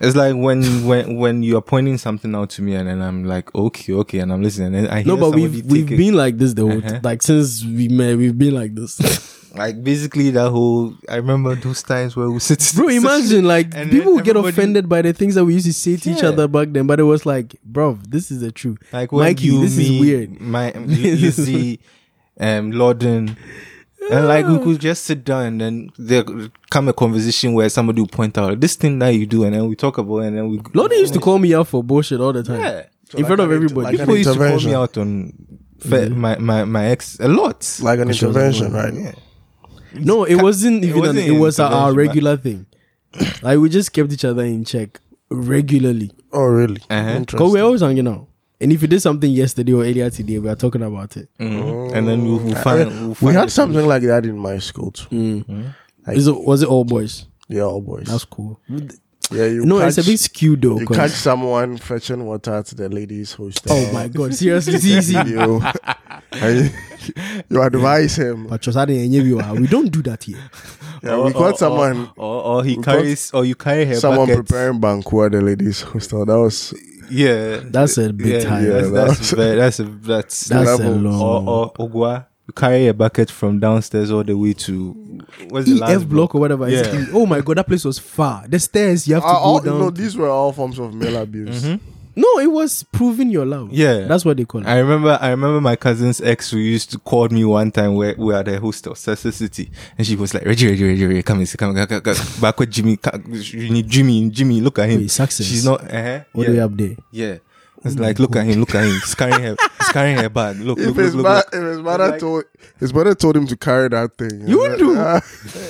Speaker 5: It's like
Speaker 4: (laughs)
Speaker 5: when when when you are pointing something out to me, and then I'm like, okay, okay, and I'm listening. And then I hear
Speaker 4: no, but
Speaker 5: somebody
Speaker 4: we've
Speaker 5: take
Speaker 4: we've
Speaker 5: it.
Speaker 4: been like this the whole
Speaker 5: Uh-huh.
Speaker 4: like since we met. We've been like
Speaker 5: (laughs)
Speaker 4: this,
Speaker 5: like basically that whole. I remember those times where we sit. (laughs)
Speaker 4: bro. Imagine like
Speaker 5: And then
Speaker 4: people would get
Speaker 5: everybody-
Speaker 4: offended by the things that we used to say to each
Speaker 5: Yeah.
Speaker 4: other back then, but it was like, bro, this is the truth.
Speaker 5: Like when
Speaker 4: Mikey,
Speaker 5: you,
Speaker 4: this
Speaker 5: me,
Speaker 4: is weird. (laughs)
Speaker 5: My, you, you see, um, Lorden, and like we could just sit down and then there come a conversation where somebody will point out this thing that you do, and then we talk about, it and then we.
Speaker 4: Lodi used to call me out for bullshit all the time.
Speaker 5: Yeah.
Speaker 4: in
Speaker 3: like an
Speaker 4: front of
Speaker 3: inter-
Speaker 4: everybody.
Speaker 3: like an
Speaker 5: People used to call
Speaker 3: intervention. Mm-hmm.
Speaker 5: me out on fe- my, my my ex a lot.
Speaker 3: Like an
Speaker 4: sure
Speaker 3: intervention, right?
Speaker 4: Mm-hmm. no, it wasn't
Speaker 5: it
Speaker 4: even.
Speaker 5: wasn't
Speaker 4: an, it was our- our
Speaker 5: intervention, but-
Speaker 4: regular thing. Like we just kept each other in check regularly.
Speaker 3: Oh, really?
Speaker 5: Uh-huh.
Speaker 4: Because
Speaker 3: Interesting.
Speaker 4: we're always hanging out. And if you did something yesterday or earlier today, we are talking about it.
Speaker 5: Mhm. and then we'll, we'll
Speaker 3: I
Speaker 5: find
Speaker 3: mean,
Speaker 5: we'll
Speaker 3: oh. we
Speaker 5: find
Speaker 3: had
Speaker 5: it.
Speaker 3: something like that in my school too.
Speaker 4: Mm.
Speaker 3: Like-
Speaker 4: Is it, was it all boys?
Speaker 3: Yeah, all boys.
Speaker 4: That's cool.
Speaker 3: yeah, you
Speaker 4: no,
Speaker 3: catch,
Speaker 4: it's a bit skewed though.
Speaker 3: you
Speaker 4: 'cause-
Speaker 3: catch someone fetching water to the ladies' hostel.
Speaker 4: (laughs) oh my god, seriously, see, see.
Speaker 3: (laughs)
Speaker 4: (laughs)
Speaker 3: you, and you advise him.
Speaker 4: But Chosade and Yebi wa, Ah, we don't do that here.
Speaker 3: Yeah, we
Speaker 5: Or-
Speaker 3: got
Speaker 5: or-
Speaker 3: someone,
Speaker 5: or, or
Speaker 3: we
Speaker 5: he
Speaker 3: got
Speaker 5: carries or you carry her
Speaker 3: someone
Speaker 5: bucket.
Speaker 3: preparing banquet at the ladies' hostel. That was
Speaker 5: Yeah,
Speaker 4: That's a big
Speaker 5: yeah,
Speaker 4: time.
Speaker 5: That's,
Speaker 3: Yeah,
Speaker 5: that's, very- that's, a, that's
Speaker 4: That's
Speaker 3: level.
Speaker 4: a long.
Speaker 5: or or ogwa. You carry a bucket from downstairs all the way to what's the
Speaker 3: E
Speaker 4: EF
Speaker 5: last
Speaker 4: E block, or whatever. it's
Speaker 5: Yeah.
Speaker 4: E. Oh my god, that place was far. The stairs you have to
Speaker 3: Uh, all,
Speaker 4: go down.
Speaker 3: no,
Speaker 4: to- Mm-hmm.
Speaker 3: these were all forms of
Speaker 4: (laughs)
Speaker 3: male abuse.
Speaker 4: no, it was proving your love.
Speaker 5: Yeah.
Speaker 4: that's what they call it.
Speaker 5: I remember I remember my cousin's ex who used to call me one time where we were at a hostel, Cecil City, and she was like, Reggie, Reggie, Reggie, Reggie come in, come, come, come, come. (laughs) back with Jimmy, come, you need Jimmy, Jimmy, look at him.
Speaker 4: Wait, success.
Speaker 5: She's not uh-huh,
Speaker 4: What
Speaker 5: yeah,
Speaker 4: do we have there?
Speaker 5: yeah. It's like look at him, look at him. He's carrying her he's carrying her bag. Look,
Speaker 3: If
Speaker 5: look,
Speaker 3: his
Speaker 5: look,
Speaker 3: ma-
Speaker 5: look,
Speaker 3: if his
Speaker 5: look.
Speaker 3: mother told his mother told him to carry that thing,
Speaker 4: You
Speaker 3: know,
Speaker 4: do. (laughs)
Speaker 3: uh,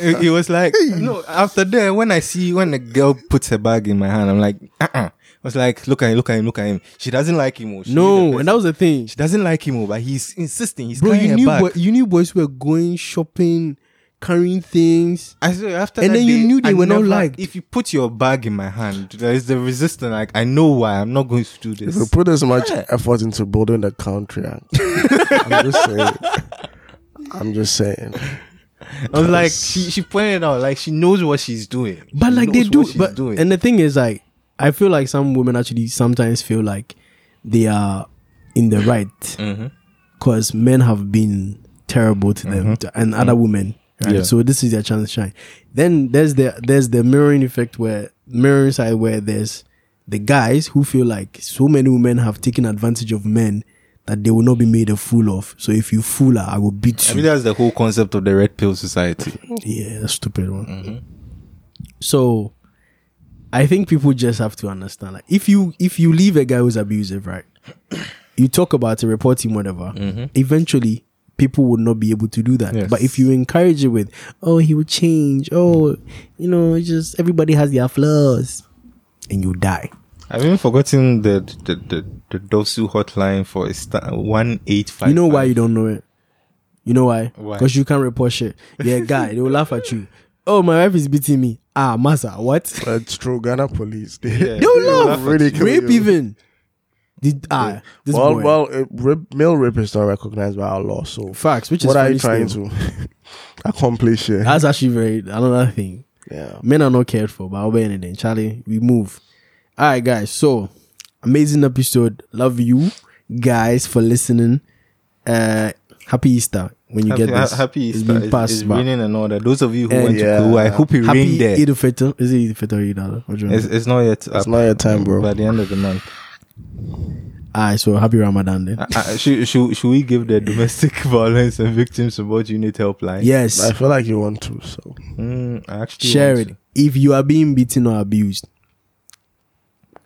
Speaker 5: it, it was like no. After that, when I see when a girl puts her bag in my hand, I'm like, uh, uh I was like, look at him, look at him, look at him. She doesn't like him. oh. She
Speaker 4: No,
Speaker 5: the
Speaker 4: and that was the thing.
Speaker 5: she doesn't like him, oh, but he's insisting. He's
Speaker 4: Bro,
Speaker 5: carrying
Speaker 4: you
Speaker 5: her
Speaker 4: knew
Speaker 5: bag.
Speaker 4: boy, you knew boys were going shopping, carrying things.
Speaker 5: I saw after
Speaker 4: And
Speaker 5: that
Speaker 4: then you
Speaker 5: day,
Speaker 4: knew they
Speaker 5: I
Speaker 4: were not
Speaker 5: never-
Speaker 4: liked.
Speaker 5: If you put your bag in my hand, there is the resistance. Like I know why I'm not going to do
Speaker 3: if you
Speaker 5: this.
Speaker 3: put as much effort into building the country,
Speaker 4: (laughs)
Speaker 3: I'm I'm just saying. I'm just saying.
Speaker 5: I was like, she she pointed out like she knows what she's doing.
Speaker 4: But
Speaker 5: She
Speaker 4: like they
Speaker 5: knows
Speaker 4: do,
Speaker 5: what she's
Speaker 4: but
Speaker 5: doing.
Speaker 4: and the thing is, like I feel like some women actually sometimes feel like they are in the right
Speaker 5: Mm-hmm.
Speaker 4: because men have been terrible to them to- and other women. Right?
Speaker 5: Mm-hmm. Yeah.
Speaker 4: So this is their chance to shine. Then there's the there's the mirroring effect where mirroring side where there's the guys who feel like so many women have taken advantage of men that they will not be made a fool of. So if you fool her, I will beat you.
Speaker 5: I mean that's the whole concept of the red pill society.
Speaker 4: Yeah, a stupid one.
Speaker 5: Mm-hmm.
Speaker 4: So, I think people just have to understand. Like, if you if you leave a guy who's abusive, right? You talk about it, report him, whatever. Eventually, people would not be able to do that.
Speaker 5: Mm-hmm. Yes.
Speaker 4: But if you encourage it with, "Oh, he will change," "Oh, you know, it's just everybody has their flaws," and you die.
Speaker 5: I've even forgotten the the the, the Dosu hotline for one eight five.
Speaker 4: you know why you don't know it? You know why?
Speaker 5: Why?
Speaker 4: Because you can't report shit. Yeah, guy, they will laugh at
Speaker 5: (laughs)
Speaker 4: you. Oh, my wife is beating me. Ah, massa, what?
Speaker 3: That's true. Ghana police. (laughs) They,
Speaker 5: They will
Speaker 4: laugh.
Speaker 3: Ridicule
Speaker 4: rape
Speaker 3: you.
Speaker 4: even. Did ah this
Speaker 3: well,
Speaker 4: boy.
Speaker 3: well, uh, rape, male rape is not recognized by our law. So,
Speaker 4: facts, which is
Speaker 3: what are
Speaker 4: funny
Speaker 3: you trying
Speaker 4: still.
Speaker 3: to (laughs) accomplish here?
Speaker 4: That's actually very another thing.
Speaker 3: yeah.
Speaker 4: Men are not cared for, but I'll be anything. Charlie, we move. All right, guys. So amazing episode. Love you guys for listening. Uh, happy Easter when you
Speaker 5: Happy,
Speaker 4: get this.
Speaker 5: ha- happy
Speaker 4: It's
Speaker 5: Easter.
Speaker 4: been
Speaker 5: It's-
Speaker 4: passed
Speaker 5: it's
Speaker 4: by.
Speaker 5: raining and all that. Those of you who
Speaker 4: And
Speaker 5: went
Speaker 3: yeah.
Speaker 5: to Kuru, I hope it
Speaker 4: Happy
Speaker 5: rained there.
Speaker 4: Eid al-Fitr. Is it Eid al-Fitr or Eid al What do you
Speaker 5: it's,
Speaker 4: remember?
Speaker 5: it's not yet.
Speaker 3: It's
Speaker 5: up
Speaker 3: not your time, bro.
Speaker 5: By the end of the month,
Speaker 4: All right, Ah, so happy Ramadan then.
Speaker 5: Uh, uh, should, should, should we give the domestic (laughs) violence and victim support unit helpline?
Speaker 4: yes,
Speaker 3: I feel like you want to. So,
Speaker 5: Mm, I actually
Speaker 4: share
Speaker 5: want
Speaker 4: it. If you are being beaten or abused,
Speaker 5: to.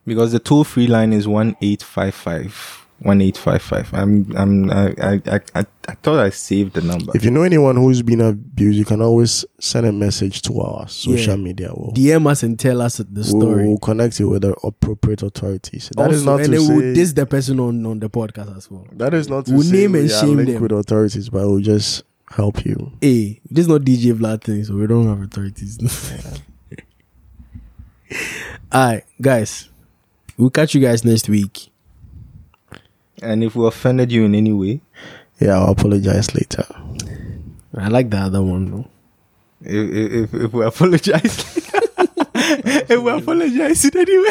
Speaker 5: because the toll free line is one eight five five 1855. I'm, I'm, I, I, I, I I thought I saved the number.
Speaker 3: If you know anyone who's been abused, you can always send a message to our social
Speaker 4: Yeah.
Speaker 3: media. We'll,
Speaker 4: DM us and tell us the
Speaker 3: we'll-
Speaker 4: story.
Speaker 3: we'll connect you with the appropriate authorities. That is
Speaker 4: Also,
Speaker 3: not
Speaker 4: and
Speaker 3: to
Speaker 4: then
Speaker 3: say
Speaker 4: we'll diss the person on, on the podcast as well.
Speaker 3: that is not to
Speaker 4: we'll
Speaker 3: say
Speaker 4: name
Speaker 3: we
Speaker 4: and
Speaker 3: are
Speaker 4: shame
Speaker 3: linked
Speaker 4: them.
Speaker 3: with authorities, but we'll just help you.
Speaker 4: Hey, this is not DJ Vlad thing, so we don't have authorities. (laughs) Alright, guys. We'll catch you guys next week.
Speaker 5: And if we offended you in any way,
Speaker 3: Yeah, I'll apologize
Speaker 4: (laughs)
Speaker 3: later.
Speaker 4: I like the other one
Speaker 5: (laughs)
Speaker 4: though.
Speaker 5: if, if, if we (laughs) apologize, if we apologize in any way,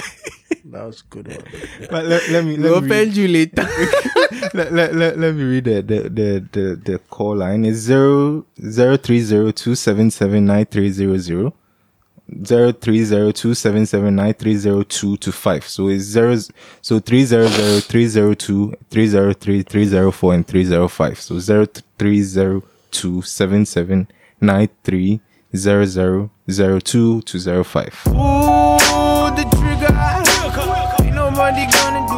Speaker 3: That was good one.
Speaker 5: but let, let me,
Speaker 4: We'll
Speaker 5: let me, read,
Speaker 4: offend you later.
Speaker 5: let, let, let, let me read the, the, the, the, the call line. It's 0, 0302779300. 0302779302 to 5 so it's 0 so 300 302 303 304 and 305 so 030277930002 to 05
Speaker 2: Ooh, the trigger. Ain't nobody gonna do